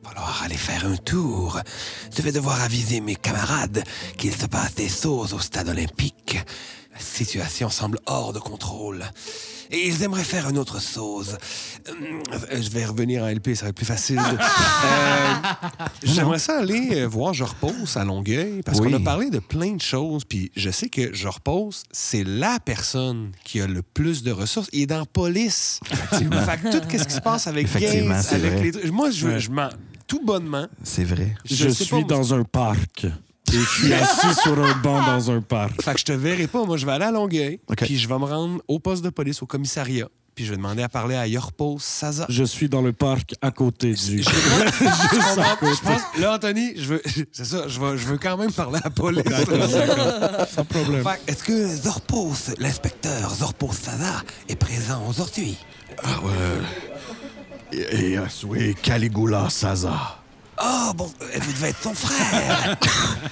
Speaker 9: falloir aller faire un tour. Je vais devoir aviser mes camarades qu'il se passe des choses au stade olympique. La situation semble hors de contrôle. Et ils aimeraient faire une autre chose. Hum, euh, Je vais revenir en LP, ça va être plus facile. Euh,
Speaker 5: J'aimerais ça aller euh, voir Je repose à Longueuil parce
Speaker 1: Oui.
Speaker 5: qu'on a parlé de plein de choses. Puis je sais que Je repose, c'est la personne qui a le plus de ressources. Il est dans police. fait que tout ce qui se passe avec
Speaker 1: Effectivement,
Speaker 5: Gaines,
Speaker 1: c'est
Speaker 5: avec
Speaker 1: vrai.
Speaker 5: les trucs- Moi, je, je m'en. Tout bonnement,
Speaker 1: C'est vrai.
Speaker 5: je,
Speaker 4: Je,
Speaker 5: sais
Speaker 4: suis
Speaker 5: pas,
Speaker 4: dans un parc. Et je suis assis sur un banc dans un parc.
Speaker 5: Fait que je te verrai pas. Moi, je vais aller à Longueuil.
Speaker 1: OK.
Speaker 5: Puis je vais me rendre au poste de police, au commissariat. Puis je vais demander à parler à Yorpo Saza.
Speaker 4: Je suis dans le parc à côté du.
Speaker 5: Tu comprends? Je pense- là, Anthony, je veux, c'est ça, je veux, je veux quand même parler à la police.
Speaker 4: Sans problème.
Speaker 9: Fait- Est-ce que Zorpos, l'inspecteur Zorpos Sada, est présent aujourd'hui?
Speaker 1: Ah Euh, Et, hein, Caligula Saza.
Speaker 9: Oh, bon, euh, vous devez être son frère!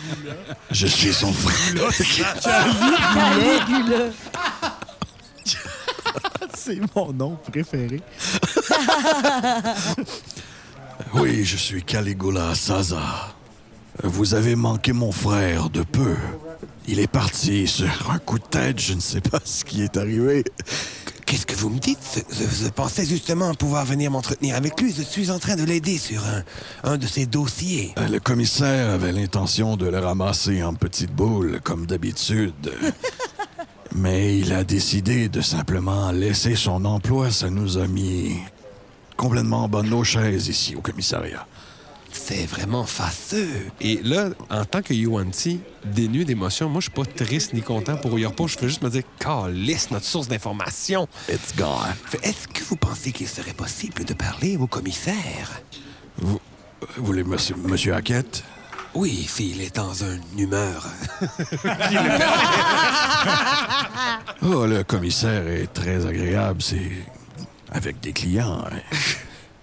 Speaker 1: Je suis son frère.
Speaker 3: Caligula.
Speaker 7: C'est mon nom préféré.
Speaker 1: Oui, je suis Caligula Saza. Vous avez manqué mon frère de peu. Il est parti sur un coup de tête, je ne sais pas ce qui est arrivé.
Speaker 9: Qu'est-ce que vous me dites je, je- je pensais justement pouvoir venir m'entretenir avec lui. Je suis en train de l'aider sur un, un de ses dossiers.
Speaker 1: Euh, Le commissaire avait l'intention de le ramasser en petites boules, comme d'habitude. Mais il a décidé de simplement laisser son emploi. Ça nous a mis complètement en bonne nos chaises ici au commissariat.
Speaker 9: C'est vraiment faceux.
Speaker 5: Et là, en tant que Yuan-Ti, dénué d'émotion, moi, je suis pas triste ni content pour Yorpo. Je fais juste me dire, calisse notre source d'information.
Speaker 1: It's gone.
Speaker 9: Fait- Est-ce que vous pensez qu'il serait possible de parler au commissaire?
Speaker 1: Vous voulez, monsieur, monsieur Hackett?
Speaker 9: Oui, s'il est dans une humeur.
Speaker 1: Oh, le commissaire est très agréable. C'est avec des clients. hein.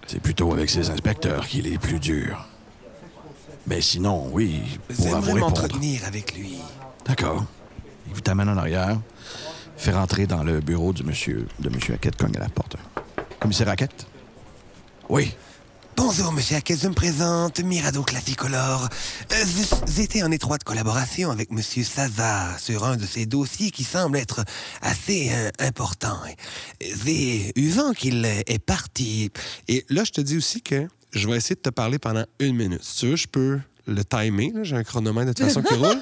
Speaker 1: C'est plutôt avec ses inspecteurs qu'il est plus dur. Mais sinon, oui, pour vous
Speaker 9: J'aimerais
Speaker 1: répondre.
Speaker 9: m'entretenir avec lui.
Speaker 1: D'accord. Il vous t'amène en arrière, fait rentrer dans le bureau du monsieur, de monsieur Hackett, cogne à la porte. Commissaire Hackett? Oui.
Speaker 9: Bonjour, monsieur Hackett, je me présente, Mirado Classicolor. Euh, je- J'étais en étroite collaboration avec monsieur Sazar sur un de ses dossiers qui semble être assez euh, important. J'ai eu vent qu'il est parti.
Speaker 5: Et là, je te dis aussi que je vais essayer de te parler pendant une minute. Si tu veux, je peux le timer. là, J'ai un chronomètre de toute façon qui roule.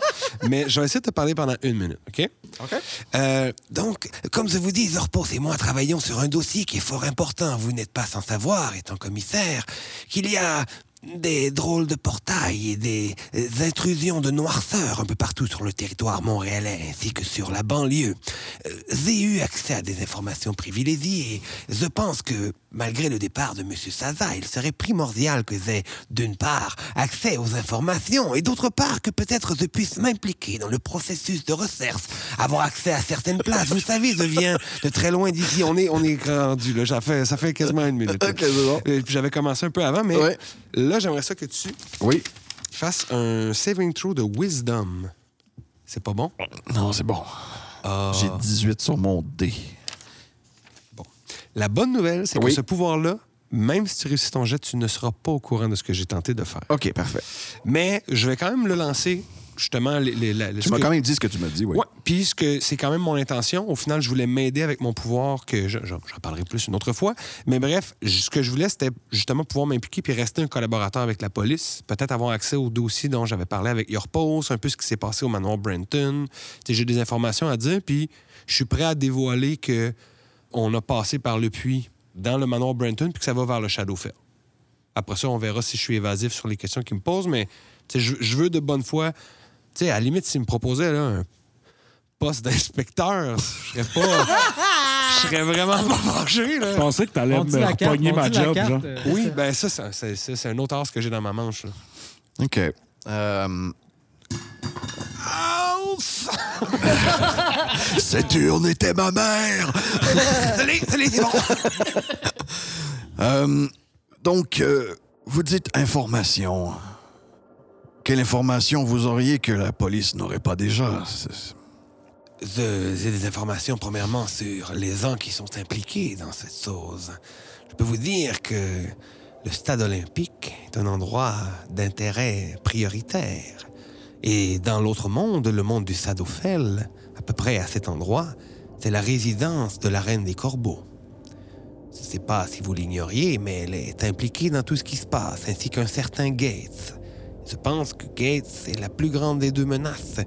Speaker 5: Mais je vais essayer de te parler pendant une minute, OK? OK.
Speaker 9: Euh, donc, comme je vous dis, Zorpos et moi travaillons sur un dossier qui est fort important. Vous n'êtes pas sans savoir, étant commissaire, qu'il y a des drôles de portails et des euh, intrusions de noirceur un peu partout sur le territoire montréalais ainsi que sur la banlieue. Euh, J'ai eu accès à des informations privilégiées et je pense que, malgré le départ de M. Saza, il serait primordial que j'aie, d'une part, accès aux informations et d'autre part, que peut-être je puisse m'impliquer dans le processus de recherche, avoir accès à certaines places. Vous savez, je viens de très loin d'ici. On est, on est rendu, là. Ça fait, ça fait quasiment une minute. là. Euh, puis J'avais commencé un peu avant, mais
Speaker 1: Ouais.
Speaker 5: là, j'aimerais ça que tu
Speaker 1: Oui.
Speaker 5: fasses un saving throw de wisdom. C'est pas bon?
Speaker 1: Non, c'est bon.
Speaker 9: Ah.
Speaker 1: J'ai 18 sur mon dé.
Speaker 5: La bonne nouvelle, c'est
Speaker 1: Oui.
Speaker 5: que ce pouvoir-là, même si tu réussis ton jet, tu ne seras pas au courant de ce que j'ai tenté de faire.
Speaker 1: OK, parfait.
Speaker 5: Mais je vais quand même le lancer, justement. Les, les- la-
Speaker 1: Tu
Speaker 5: ce
Speaker 1: m'as
Speaker 5: que-
Speaker 1: quand même dit ce que tu m'as dit, oui.
Speaker 5: Ouais, puis ce que- c'est quand même mon intention. Au final, je voulais m'aider avec mon pouvoir, que je- j'en j'en parlerai plus une autre fois. Mais bref, j- ce que je voulais, c'était justement pouvoir m'impliquer puis rester un collaborateur avec la police, peut-être avoir accès au dossier dont j'avais parlé avec Yorpos, un peu ce qui s'est passé au manoir Brenton. Tu sais, J'ai des informations à dire, puis je suis prêt à dévoiler que on a passé par le puits dans le manoir Brenton, puis que ça va vers le Shadowfell. Après ça, on verra si je suis évasif sur les questions qu'ils me posent, mais tu sais, je, je veux de bonne foi. Tu sais, à la limite, s'ils me proposaient là, un poste d'inspecteur, je serais pas. Je serais vraiment pas fâché,
Speaker 4: Je
Speaker 5: là.
Speaker 4: pensais que t'allais
Speaker 8: On dit
Speaker 4: me
Speaker 8: la carte,
Speaker 4: repogner
Speaker 8: on
Speaker 4: ma
Speaker 8: dit la
Speaker 4: job,
Speaker 8: carte,
Speaker 4: genre.
Speaker 8: euh,
Speaker 5: Oui, ben ça, ça, c'est ça, c'est un autre as que j'ai dans ma manche. là.
Speaker 1: OK. Euh, Cette urne était ma mère!
Speaker 9: Allez, allez, c'est bon.
Speaker 1: Euh, donc, euh, vous dites information. Quelle information vous auriez que la police n'aurait pas déjà? C'est-
Speaker 9: Je- J'ai des informations, premièrement, sur les gens qui sont impliqués dans cette chose. Je peux vous dire que le stade olympique est un endroit d'intérêt prioritaire. Et dans l'autre monde, le monde du Sadofel, à peu près à cet endroit, c'est la résidence de la reine des corbeaux. Je ne sais pas si vous l'ignoriez, mais elle est impliquée dans tout ce qui se passe, ainsi qu'un certain Gates. Je pense que Gates est la plus grande des deux menaces.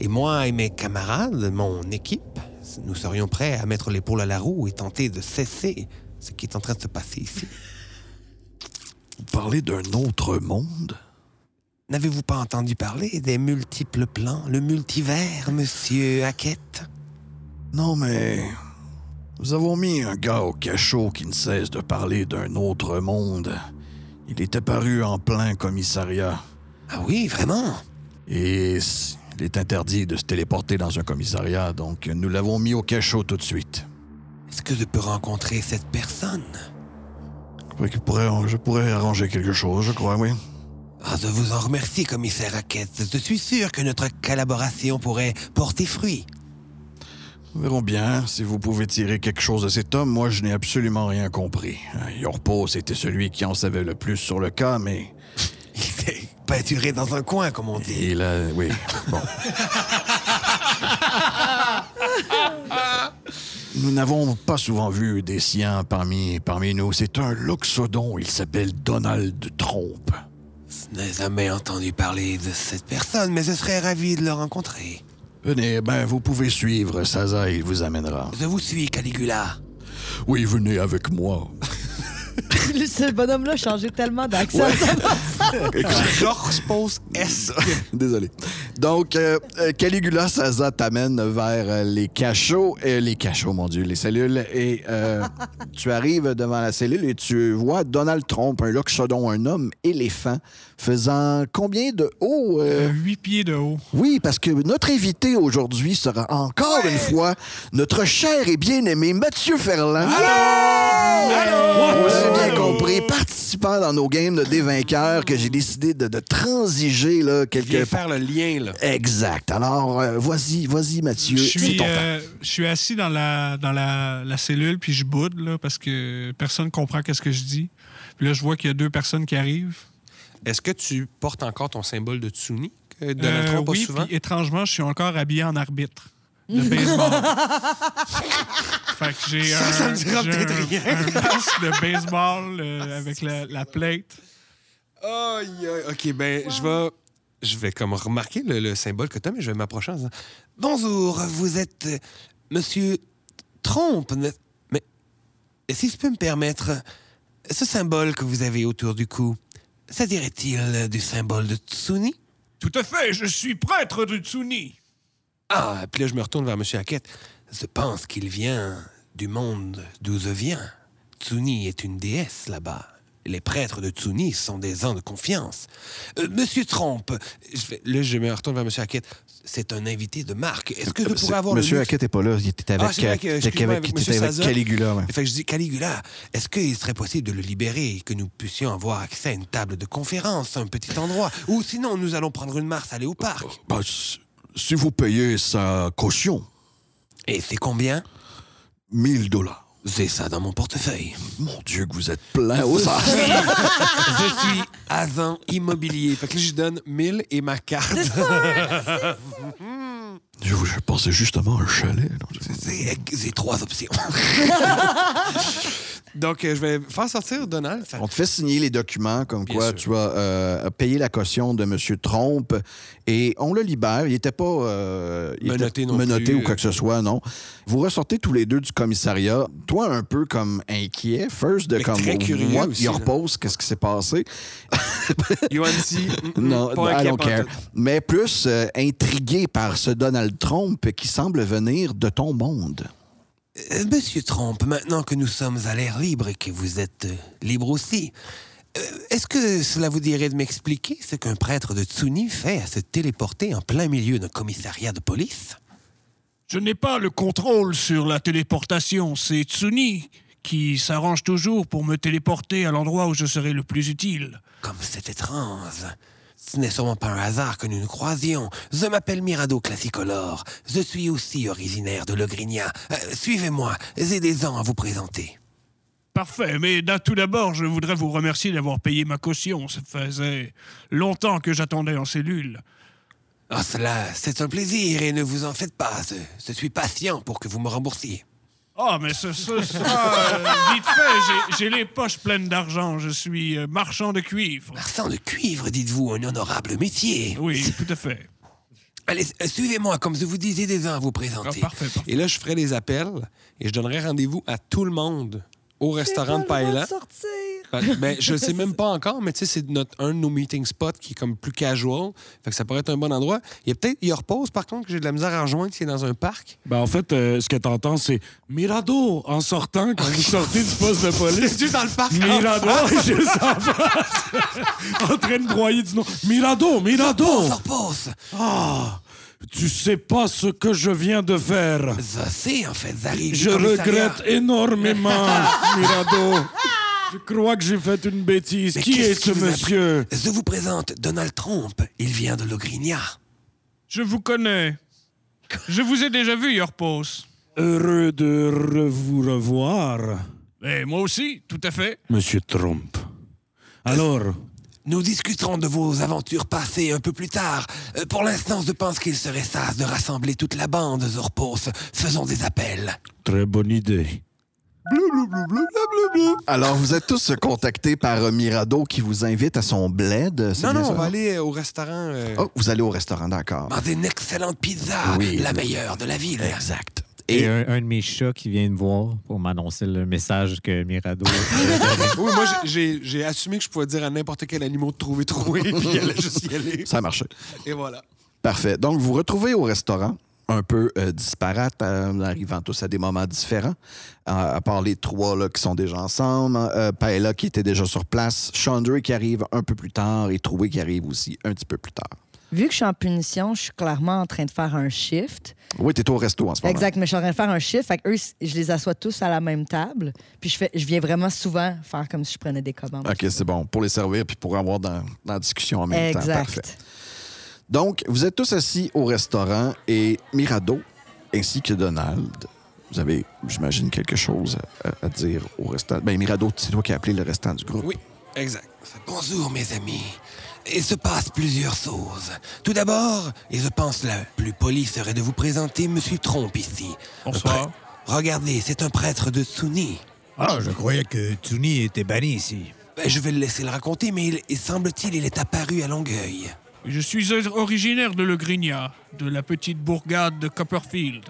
Speaker 9: Et moi et mes camarades, mon équipe, nous serions prêts à mettre l'épaule à la roue et tenter de cesser ce qui est en train de se passer ici.
Speaker 1: Vous parlez d'un autre monde?
Speaker 9: N'avez-vous pas entendu parler des multiples plans, le multivers, monsieur Hackett
Speaker 1: Non, mais... Nous avons mis un gars au cachot qui ne cesse de parler d'un autre monde. Il est apparu en plein commissariat.
Speaker 9: Ah oui, vraiment
Speaker 1: Et s- il est interdit de se téléporter dans un commissariat, donc nous l'avons mis au cachot tout de suite.
Speaker 9: Est-ce que je peux rencontrer cette personne
Speaker 1: Je pourrais- je pourrais- je pourrais arranger quelque chose, je crois, oui.
Speaker 9: Ah, je vous en remercie, commissaire Hackett. Je suis sûr que notre collaboration pourrait porter fruit.
Speaker 1: Nous verrons bien si vous pouvez tirer quelque chose de cet homme. Moi, je n'ai absolument rien compris. Yorpo, c'était celui qui en savait le plus sur le cas, mais
Speaker 9: Il s'est peinturé dans un coin, comme on dit.
Speaker 5: Et là, oui. Bon.
Speaker 1: Nous n'avons pas souvent vu des siens parmi, parmi nous. C'est un loxodon. Il s'appelle Donald Trump.
Speaker 9: Je n'ai jamais entendu parler de cette personne, mais je serais ravi de le rencontrer.
Speaker 1: Venez, ben, vous pouvez suivre Saza, il vous amènera.
Speaker 9: Je vous suis, Caligula.
Speaker 1: Oui, venez avec moi.
Speaker 3: Ce bonhomme-là a changé tellement d'accent.
Speaker 5: Georges pose S.
Speaker 1: Désolé. Donc, euh, euh, Caligula, Saza t'amène vers euh, les cachots. Et les cachots, mon Dieu, les cellules. Et euh, tu arrives devant la cellule et tu vois Donald Trump, un loxodon, un homme éléphant, faisant combien de haut? euh,
Speaker 10: 8 pieds de haut.
Speaker 1: Oui, parce que notre invité aujourd'hui sera encore une fois notre cher et bien-aimé Mathieu Ferland. Allô! Vous avez bien compris, participant dans nos games de des vainqueurs que j'ai décidé de, de transiger là,
Speaker 5: Viens
Speaker 1: quelque part.
Speaker 5: faire le lien, là.
Speaker 1: Exact. Alors, euh, vas-y, vas-y, Mathieu.
Speaker 10: Je
Speaker 1: C'est
Speaker 10: suis,
Speaker 1: ton temps.
Speaker 10: euh, je suis assis dans la, dans la, la cellule, puis je boude, là, parce que personne comprend qu'est-ce que je dis. Puis là, je vois qu'il y a deux personnes qui arrivent.
Speaker 5: Est-ce que tu portes encore ton symbole de Tsuni que Donald
Speaker 10: Euh,
Speaker 5: Trump pas
Speaker 10: oui,
Speaker 5: souvent?
Speaker 10: puis étrangement, je suis encore habillé en arbitre de baseball. fait que j'ai un,
Speaker 5: ça me dira
Speaker 10: j'ai
Speaker 5: peut-être
Speaker 10: un- un masque de baseball euh, avec la, la plate.
Speaker 5: Aïe, aïe. OK, ben, je vais. Je vais comme remarquer le, le symbole que tu as, mais je vais m'approcher en disant
Speaker 9: Bonjour, vous êtes euh, Monsieur Trompe. n'est- Mais si je peux me permettre, ce symbole que vous avez autour du cou, ça dirait-il euh, du symbole de Tsuni
Speaker 10: Tout à fait, je suis prêtre du Tsuni.
Speaker 9: Ah, puis là, je me retourne vers Monsieur Hackett. Je pense qu'il vient du monde d'où je viens. Tsuni est une déesse là-bas. Les prêtres de Tsuni sont des gens de confiance. Euh, Monsieur Trompe, je fais- là, je me retourne vers Monsieur Hackett. C'est un invité de marque. Est-ce que je pourrais avoir
Speaker 1: euh, Monsieur
Speaker 9: le
Speaker 1: Hackett n'est pas là. Il était avec,
Speaker 9: Ah, c'est vrai que,
Speaker 1: euh, t'étais
Speaker 9: excuse-moi,
Speaker 1: avec-
Speaker 9: avec
Speaker 1: t'étais
Speaker 9: Monsieur
Speaker 1: avec
Speaker 9: Saza.
Speaker 1: Caligula. ouais.
Speaker 9: Fait que je dis, Caligula, est-ce qu'il serait possible de le libérer et que nous puissions avoir accès à une table de conférence, un petit endroit Ou sinon, nous allons prendre une marche, aller au parc.
Speaker 1: Ben, si- si vous payez sa caution,
Speaker 9: Et c'est combien
Speaker 1: 1000 dollars.
Speaker 9: J'ai ça dans mon portefeuille.
Speaker 1: Mon Dieu, que vous êtes plein au sens.
Speaker 9: je suis agent immobilier. Fait que là, je donne 1000 et ma carte.
Speaker 1: Je, je pensais justement à un chalet. non?
Speaker 9: C'est c'est trois options.
Speaker 5: Donc, euh, je vais faire sortir Donald. Fait-
Speaker 1: On te fait signer les documents comme
Speaker 5: Bien
Speaker 1: quoi
Speaker 5: sûr.
Speaker 1: tu as euh, payé la caution de M. Trompe et on le libère. Il n'était pas euh, il était
Speaker 5: Menotté non
Speaker 1: menotté
Speaker 5: plus. euh.
Speaker 1: ou quoi que ce soit, non. Vous ressortez tous les deux du commissariat. Toi, un peu comme inquiet, first, de
Speaker 5: Mais
Speaker 1: comme
Speaker 5: très curieux
Speaker 1: what
Speaker 5: aussi,
Speaker 1: your
Speaker 5: là.
Speaker 1: pose, qu'est-ce qui s'est passé.
Speaker 5: Yoanti, mm, mm,
Speaker 1: Non,
Speaker 5: pas
Speaker 1: I
Speaker 5: inquiet
Speaker 1: don't care.
Speaker 5: pantoute.
Speaker 1: Mais plus euh, intrigué par ce Donald Trump qui semble venir de ton monde.
Speaker 9: Euh, Monsieur Trump, maintenant que nous sommes à l'air libre et que vous êtes euh, libre aussi, euh, est-ce que cela vous dirait de m'expliquer ce qu'un prêtre de Tsuni fait à se téléporter en plein milieu d'un commissariat de police
Speaker 10: Je n'ai pas le contrôle sur la téléportation. C'est Tsuni qui s'arrange toujours pour me téléporter à l'endroit où je serai le plus utile.
Speaker 9: Comme c'est étrange. Ce n'est sûrement pas un hasard que nous nous croisions. Je m'appelle Mirado Classicolore. Je suis aussi originaire de Le Grigna. Euh, Suivez-moi, j'ai des ans à vous présenter.
Speaker 10: Parfait, mais d'a- tout d'abord, je voudrais vous remercier d'avoir payé ma caution. Ça faisait longtemps que j'attendais en cellule.
Speaker 9: Ah, cela, c'est un plaisir et ne vous en faites pas. Je, je suis patient pour que vous me remboursiez.
Speaker 10: Ah, mais ce, ce sera euh, vite fait. J'ai- J'ai les poches pleines d'argent. Je suis euh, marchand de cuivre.
Speaker 9: Marsan de cuivre, dites-vous, un honorable métier.
Speaker 10: Oui, tout à fait.
Speaker 9: Allez, euh, suivez-moi, comme je vous disais, des uns à vous
Speaker 10: Ah,
Speaker 9: présenter.
Speaker 10: parfait, parfait.
Speaker 5: Et là, je ferai des appels et je donnerai rendez-vous à tout le monde au restaurant de Paella.
Speaker 3: sortir.
Speaker 5: Fait que, Ben, je sais même pas encore, mais tu sais, c'est notre- un de nos meeting spots qui est comme plus casual. Fait que ça pourrait être un bon endroit. Il y a peut-être, il repose par contre que j'ai de la misère à rejoindre s'il est dans un parc.
Speaker 4: Ben, en fait, euh, ce que t'entends, c'est Mirado en sortant quand vous sortez du poste de police.
Speaker 5: dans le parc.
Speaker 4: Mirado est juste en face, en train de broyer du nom. Mirado, Mirado!
Speaker 9: On se repose.
Speaker 4: Ah, tu sais pas ce que je viens de faire.
Speaker 9: Je sais, en fait, j'arrive. du
Speaker 4: Je
Speaker 9: commissariat.
Speaker 4: regrette énormément, Mirado. Je crois que j'ai fait une bêtise.
Speaker 9: Mais
Speaker 4: Qui est
Speaker 9: qu'est-ce
Speaker 4: ce
Speaker 9: qui vous a pris-
Speaker 4: monsieur
Speaker 9: Je vous présente Donald Trump. Il vient de Logrigna.
Speaker 10: Je vous connais. Je vous ai déjà vu, Yorpos.
Speaker 4: Heureux de re- vous revoir,
Speaker 10: Eh, moi aussi, tout à fait.
Speaker 4: monsieur Trump. Alors,
Speaker 9: Nous discuterons de vos aventures passées un peu plus tard. Euh, Pour l'instant, je pense qu'il serait sage de rassembler toute la bande, Zorpos. Faisons des appels.
Speaker 4: Très bonne idée.
Speaker 1: Alors, vous êtes tous contactés par euh, Mirado qui vous invite à son bled. euh, c'est
Speaker 5: Non,
Speaker 1: bien
Speaker 5: non,
Speaker 1: ça?
Speaker 5: on va aller euh, au restaurant. euh,
Speaker 1: Oh, vous allez au restaurant, d'accord.
Speaker 9: Mangez une excellente pizza,
Speaker 1: Oui.
Speaker 9: la meilleure de la ville.
Speaker 1: Exact.
Speaker 8: Et,
Speaker 1: Et
Speaker 8: un, un de mes chats qui vient me voir pour m'annoncer le message que Mirado.
Speaker 5: Oui, moi, j'ai- j'ai j'ai assumé que je pouvais dire à n'importe quel animal de trouver, trouver, puis il allait juste y aller.
Speaker 1: ça a marché.
Speaker 5: Et voilà.
Speaker 1: Parfait. Donc, vous vous retrouvez au restaurant, un peu euh, disparate, euh, arrivant tous à des moments différents, euh, à, à part les trois là, qui sont déjà ensemble, euh, Paella qui était déjà sur place, Chandra qui arrive un peu plus tard et Troué qui arrive aussi un petit peu plus tard.
Speaker 3: Vu que je suis en punition, je suis clairement en train de faire un shift.
Speaker 1: Oui, t'es au resto en ce moment.
Speaker 3: Exact, mais je suis en train de faire un shift. Fait que eux, je les assois tous à la même table. Puis je, fais, je viens vraiment souvent faire comme si je prenais des commandes.
Speaker 1: OK, c'est bon. Pour les servir puis pour avoir dans, dans la discussion en même temps. Parfait.
Speaker 3: Exact.
Speaker 1: Donc, vous êtes tous assis au restaurant et Mirado ainsi que Donald, vous avez, j'imagine, quelque chose à, à dire au restaurant. Ben, Mirado, c'est toi qui as appelé le restant du groupe.
Speaker 5: Oui, exact.
Speaker 9: Bonjour, mes amis. Il se passe plusieurs choses. Tout d'abord, et je pense la plus polie serait de vous présenter Monsieur Trompe ici. Un
Speaker 10: Bonsoir.
Speaker 9: prêtre- Regardez, c'est un prêtre de Sunni.
Speaker 2: Ah, je croyais que Tuni était banni ici.
Speaker 9: Ben, Je vais le laisser le raconter, mais il, il semble-t-il, il est apparu à Longueuil.
Speaker 10: Je suis originaire de Le Grignard, de la petite bourgade de Copperfield.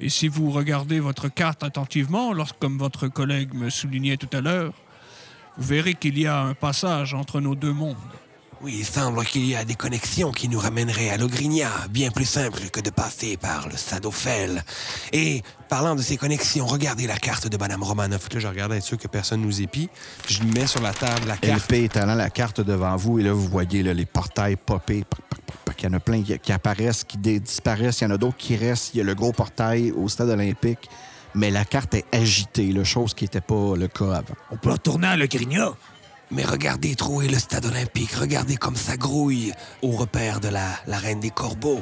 Speaker 10: Et si vous regardez votre carte attentivement, lorsque, comme votre collègue me soulignait tout à l'heure, vous verrez qu'il y a un passage entre nos deux mondes.
Speaker 9: Oui, il semble qu'il y a des connexions qui nous ramèneraient à Logrinia, bien plus simple que de passer par le Sadofel. Et parlant de ces connexions, regardez la carte de Madame Romanov.
Speaker 5: Là, je regarde être sûr que personne nous épie. Je mets sur la table la carte.
Speaker 1: LP étalant la carte devant vous, et là, vous voyez là, les portails popés. pac, pac, pac, pac. Il y en a plein qui, qui apparaissent, qui dé- disparaissent. Il y en a d'autres qui restent. Il y a le gros portail au stade olympique. Mais la carte est agitée, là, chose qui n'était pas le cas avant.
Speaker 2: On peut retourner à Le Grignard.
Speaker 9: Mais regardez trouer le stade olympique, regardez comme ça grouille au repère de la, la reine des corbeaux.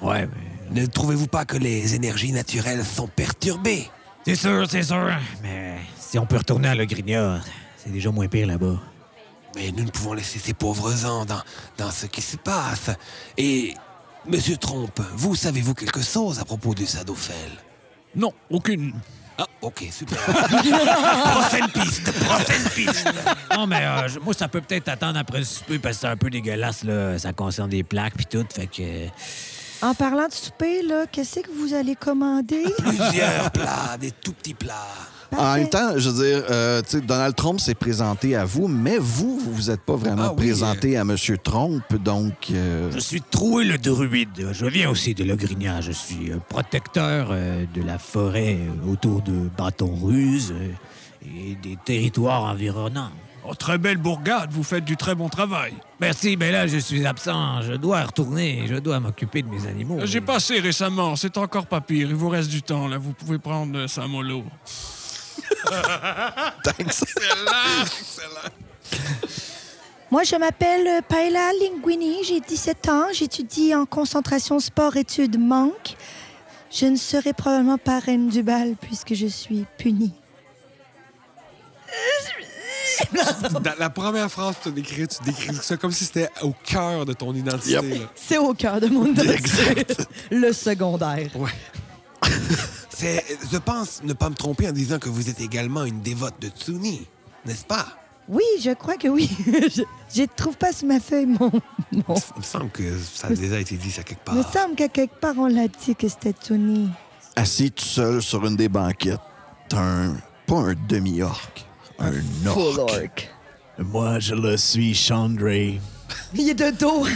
Speaker 2: Ouais, mais.
Speaker 9: Ne trouvez-vous pas que les énergies naturelles sont perturbées
Speaker 2: C'est sûr, c'est sûr. Mais si on peut retourner à Le Grignard, c'est déjà moins pire là-bas.
Speaker 9: Mais nous ne pouvons laisser ces pauvres gens dans, dans ce qui se passe. Et, Monsieur Trompe, vous savez-vous quelque chose à propos du Sadofel
Speaker 10: Non, aucune.
Speaker 9: Ah, ok, super. prochaine piste, prochaine piste.
Speaker 2: Non, mais euh, je- moi, ça peut peut-être attendre après le souper parce que c'est un peu dégueulasse, là. Ça concerne des plaques puis tout, fait que. euh,
Speaker 3: En parlant de souper, là, qu'est-ce que vous allez commander?
Speaker 9: Plusieurs plats, des tout petits plats.
Speaker 1: En
Speaker 3: Parfait.
Speaker 1: même temps, je veux dire, euh, tu sais, Donald Trump s'est présenté à vous, mais vous, vous vous êtes pas vraiment
Speaker 9: Ah oui,
Speaker 1: présenté à M. Trump, donc... euh,
Speaker 2: Je suis Troué le druide. Je viens aussi de Logrignard. Je suis euh, protecteur euh, de la forêt euh, autour de Bâton Ruse euh, et des territoires environnants.
Speaker 10: Oh, très belle bourgade, vous faites du très bon travail.
Speaker 2: Merci, mais là, je suis absent. Je dois retourner. Je dois m'occuper de mes animaux.
Speaker 10: J'ai passé récemment, c'est encore pas pire. Il vous reste du temps, là. Vous pouvez prendre euh, ça mollo.
Speaker 3: Moi, je m'appelle euh, Paella Linguini, j'ai 17 ans, j'étudie en concentration sport-études manque. Je ne serai probablement pas reine du bal puisque je suis punie.
Speaker 5: Dans la première phrase que tu as décrite, tu décris ça comme si c'était au cœur de ton identité. là.
Speaker 3: C'est au cœur de mon dossier. Le secondaire.
Speaker 9: C'est, je pense ne pas me tromper en disant que vous êtes également une dévote de Tsuni, n'est-ce pas
Speaker 3: Oui, je crois que oui. je je trouve pas sur ma feuille mon... mon...
Speaker 9: Il me semble que ça a déjà été dit ça quelque part.
Speaker 3: Il me semble qu'à quelque part, on l'a dit que c'était Tony.
Speaker 1: assis tout seul sur une des banquettes, un... pas un demi-orc, un orc.
Speaker 6: Moi, je le suis, Chandray.
Speaker 3: Il est de dos. hein,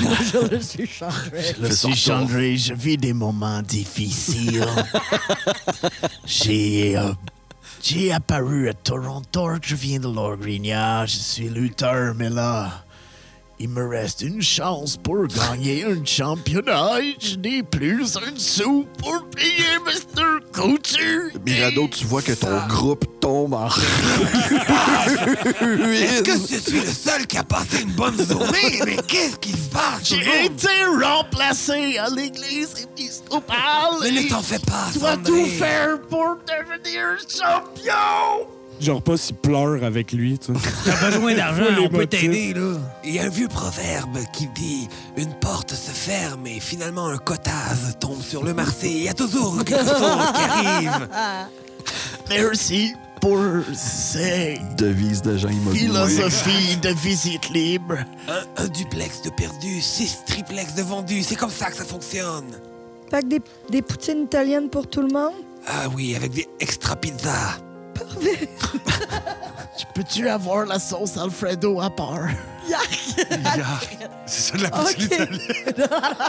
Speaker 3: Moi, je le suis changé.
Speaker 6: Je le
Speaker 1: Fais
Speaker 6: suis,
Speaker 1: sortir.
Speaker 6: Chandray. Je vis des moments difficiles. J'ai... euh, J'ai apparu à Toronto, je viens de Lorgrinia, je suis lutteur, mais là, il me reste une chance pour gagner un championnat et je n'ai plus un sou pour payer Mr. Couture.
Speaker 1: Mirado, tu vois que ton groupe tombe en...
Speaker 9: Est-ce que je suis le seul qui a passé une bonne journée Mais qu'est-ce qui se passe tout le
Speaker 6: J'ai
Speaker 9: monde?
Speaker 6: été remplacé à l'église épiscopale.
Speaker 9: Mais ne
Speaker 6: et
Speaker 9: t'en fais pas,
Speaker 6: Je dois tout
Speaker 9: Sandrine.
Speaker 6: faire pour devenir champion.
Speaker 4: Genre pas s'il pleure avec lui, tu sais.
Speaker 2: T'as besoin d'argent,
Speaker 4: Faut les
Speaker 2: on peut
Speaker 4: motifs.
Speaker 2: t'aider, là.
Speaker 9: Il y a un vieux proverbe qui dit Une porte se ferme et finalement un cotase tombe sur le Marseillais. Il y a toujours quelque chose qui arrive.
Speaker 6: Merci pour ces
Speaker 1: Devise d'agent immobilier.
Speaker 6: philosophies de visite libre.
Speaker 9: Un, un duplex de perdu, six triplex de vendus. C'est comme ça que ça fonctionne.
Speaker 3: Fait que des, des poutines italiennes pour tout le monde.
Speaker 9: Ah oui, avec des extra pizzas.
Speaker 6: Peux-tu avoir la sauce Alfredo à part?
Speaker 5: C'est ça de la
Speaker 3: OK.
Speaker 5: poutine italienne.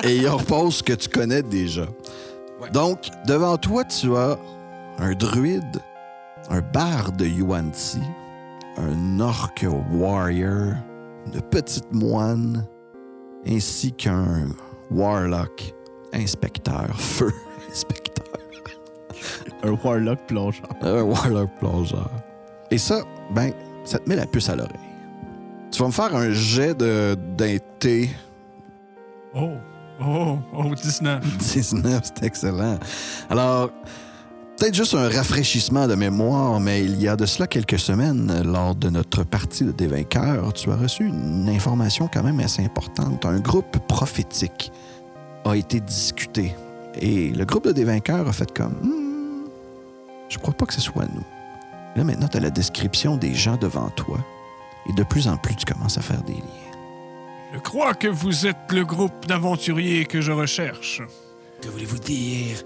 Speaker 1: et il repose que tu connais déjà. Donc, devant toi, tu as un druide, un barde Yuan-Ti, un orc warrior, une petite moine, ainsi qu'un warlock, inspecteur, feu, inspecteur.
Speaker 7: Un warlock plongeur.
Speaker 1: Un warlock plongeur. Et ça, ben, ça te met la puce à l'oreille. Tu vas me faire un jet de- d'un thé
Speaker 10: Oh, oh, oh, 19.
Speaker 1: 19, c'est excellent. Alors, peut-être juste un rafraîchissement de mémoire, mais il y a de cela quelques semaines, lors de notre partie de Des vainqueurs, tu as reçu une information quand même assez importante. Un groupe prophétique a été discuté. Et le groupe de Des vainqueurs a fait comme Hmm, Je crois pas que ce soit nous. Là, maintenant, tu as la description des gens devant toi. Et de plus en plus, tu commences à faire des liens.
Speaker 10: Je crois que vous êtes le groupe d'aventuriers que je recherche.
Speaker 9: Que voulez-vous dire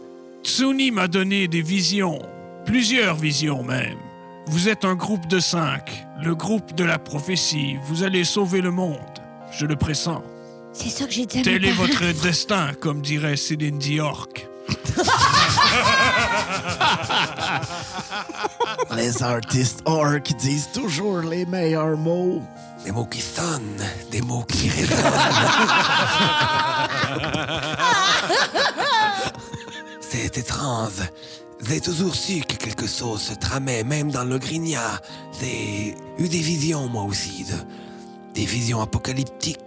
Speaker 10: Tsuni m'a donné des visions, plusieurs visions même. Vous êtes un groupe de cinq, le groupe de la prophétie. Vous allez sauver le monde. Je le pressens.
Speaker 3: C'est ça que j'ai dit à
Speaker 10: Tel
Speaker 3: mes
Speaker 10: est
Speaker 3: parents.
Speaker 10: votre destin, comme dirait Céline Diorc.
Speaker 6: Les artistes orcs disent toujours les meilleurs mots.
Speaker 9: Des mots qui sonnent, des mots qui résonnent. C'est étrange. J'ai toujours su que quelque chose se tramait, même dans le grignard. J'ai eu des visions, moi aussi, de- des visions apocalyptiques.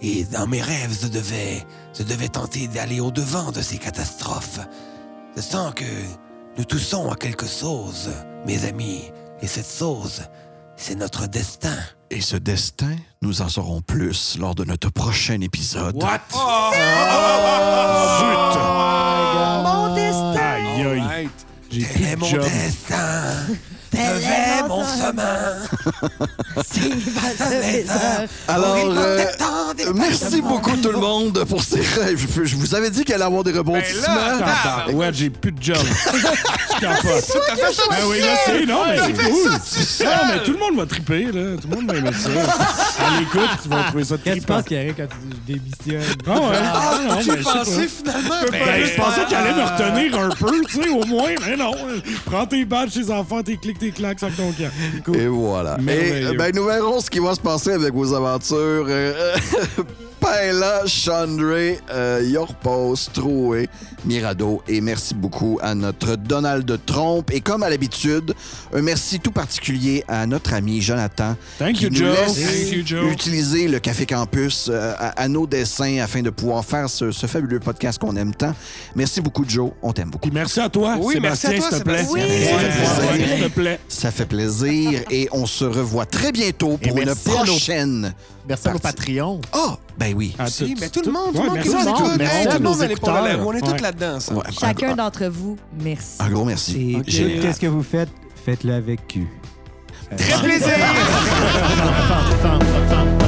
Speaker 9: Et dans mes rêves, je devais, je devais tenter d'aller au-devant de ces catastrophes. Je sens que nous toussons à quelque chose, mes amis. Et cette chose, c'est notre destin.
Speaker 1: Et ce destin, nous en saurons plus lors de notre prochain épisode.
Speaker 5: Oh!
Speaker 3: Mon destin!
Speaker 4: Oh. Aïe, aïe.
Speaker 5: Arrête.
Speaker 4: J'ai
Speaker 9: Tel
Speaker 4: plus
Speaker 9: est
Speaker 4: de
Speaker 9: mon
Speaker 4: job.
Speaker 9: destin. Je vais mon chemin.
Speaker 1: Alors,
Speaker 9: Au rythme
Speaker 1: euh,
Speaker 9: des temps, des
Speaker 1: Merci
Speaker 9: battements.
Speaker 1: beaucoup tout le monde pour ces rêves. Je, je vous avais dit qu'elle allait avoir des rebondissements.
Speaker 4: Ah, ouais, j'ai plus de job. Je capote.
Speaker 5: T'as fait ça
Speaker 4: Ben oui, là, c'est non, mais c'est cool. Non, mais tout le monde va triper, là. Tout le monde va aimer ça. À l'écoute, ils vont trouver ça
Speaker 8: Qu'est-ce que tu
Speaker 4: trippant.
Speaker 8: penses qu'il y aurait quand tu dis je démissionne?
Speaker 4: Ah ouais. Ah, non, mais je sais pas.
Speaker 5: finalement.
Speaker 4: Ben, je pensais qu'il allait me retenir un peu, tu sais, au moins, mais non. Prends tes badges, tes enfants, tes clics, tes claques, ça ton camp.
Speaker 1: Et voilà. Et
Speaker 4: Merveilleux.
Speaker 1: euh, ben, nous verrons ce qui va se passer avec vos aventures. Euh, Paella, Chandray, euh, Yorpos, Troué, Mirado. Et merci beaucoup à notre Donald Trompe. Et comme à l'habitude, un merci tout particulier à notre ami Jonathan
Speaker 4: Thank
Speaker 1: qui
Speaker 4: you,
Speaker 1: nous
Speaker 4: Joe.
Speaker 1: laisse
Speaker 10: Thank you, Joe.
Speaker 1: utiliser le Café Campus euh, à, à nos dessins afin de pouvoir faire ce, ce fabuleux podcast qu'on aime tant. Merci beaucoup, Joe. On t'aime beaucoup.
Speaker 4: Puis merci à toi,
Speaker 5: Oui, merci à toi,
Speaker 4: Sébastien, s'il te plaît.
Speaker 5: Sébastien.
Speaker 4: Ouais,
Speaker 1: Ça fait
Speaker 4: ouais,
Speaker 1: plaisir.
Speaker 4: S'il te plaît.
Speaker 1: Ça fait plaisir et on se revoit très bientôt
Speaker 7: Et
Speaker 1: pour une
Speaker 7: merci à nos-
Speaker 1: prochaine.
Speaker 7: Merci à nos
Speaker 1: Parti.
Speaker 7: Patreons.
Speaker 1: Ah, ben oui.
Speaker 4: À
Speaker 5: Si,
Speaker 4: tout-
Speaker 5: mais tout le monde, tout
Speaker 4: Ouais,
Speaker 5: le monde qui
Speaker 4: merci à
Speaker 5: nous
Speaker 4: tout le
Speaker 5: écoute.
Speaker 4: monde.
Speaker 5: Hey,
Speaker 7: Merci à
Speaker 5: Tout le
Speaker 7: nos
Speaker 5: monde, elle est pas là.
Speaker 7: écouteurs.
Speaker 5: On est
Speaker 4: Ouais.
Speaker 5: tous là-dedans, ça.
Speaker 1: Ouais, un-
Speaker 3: Chacun
Speaker 1: un,
Speaker 3: d'entre vous, merci.
Speaker 1: un gros merci.
Speaker 8: Et tout
Speaker 1: Génial.
Speaker 8: qu'est-ce que vous faites, faites-le avec cul.
Speaker 5: Très plaisir.
Speaker 7: Femme, femme, femme.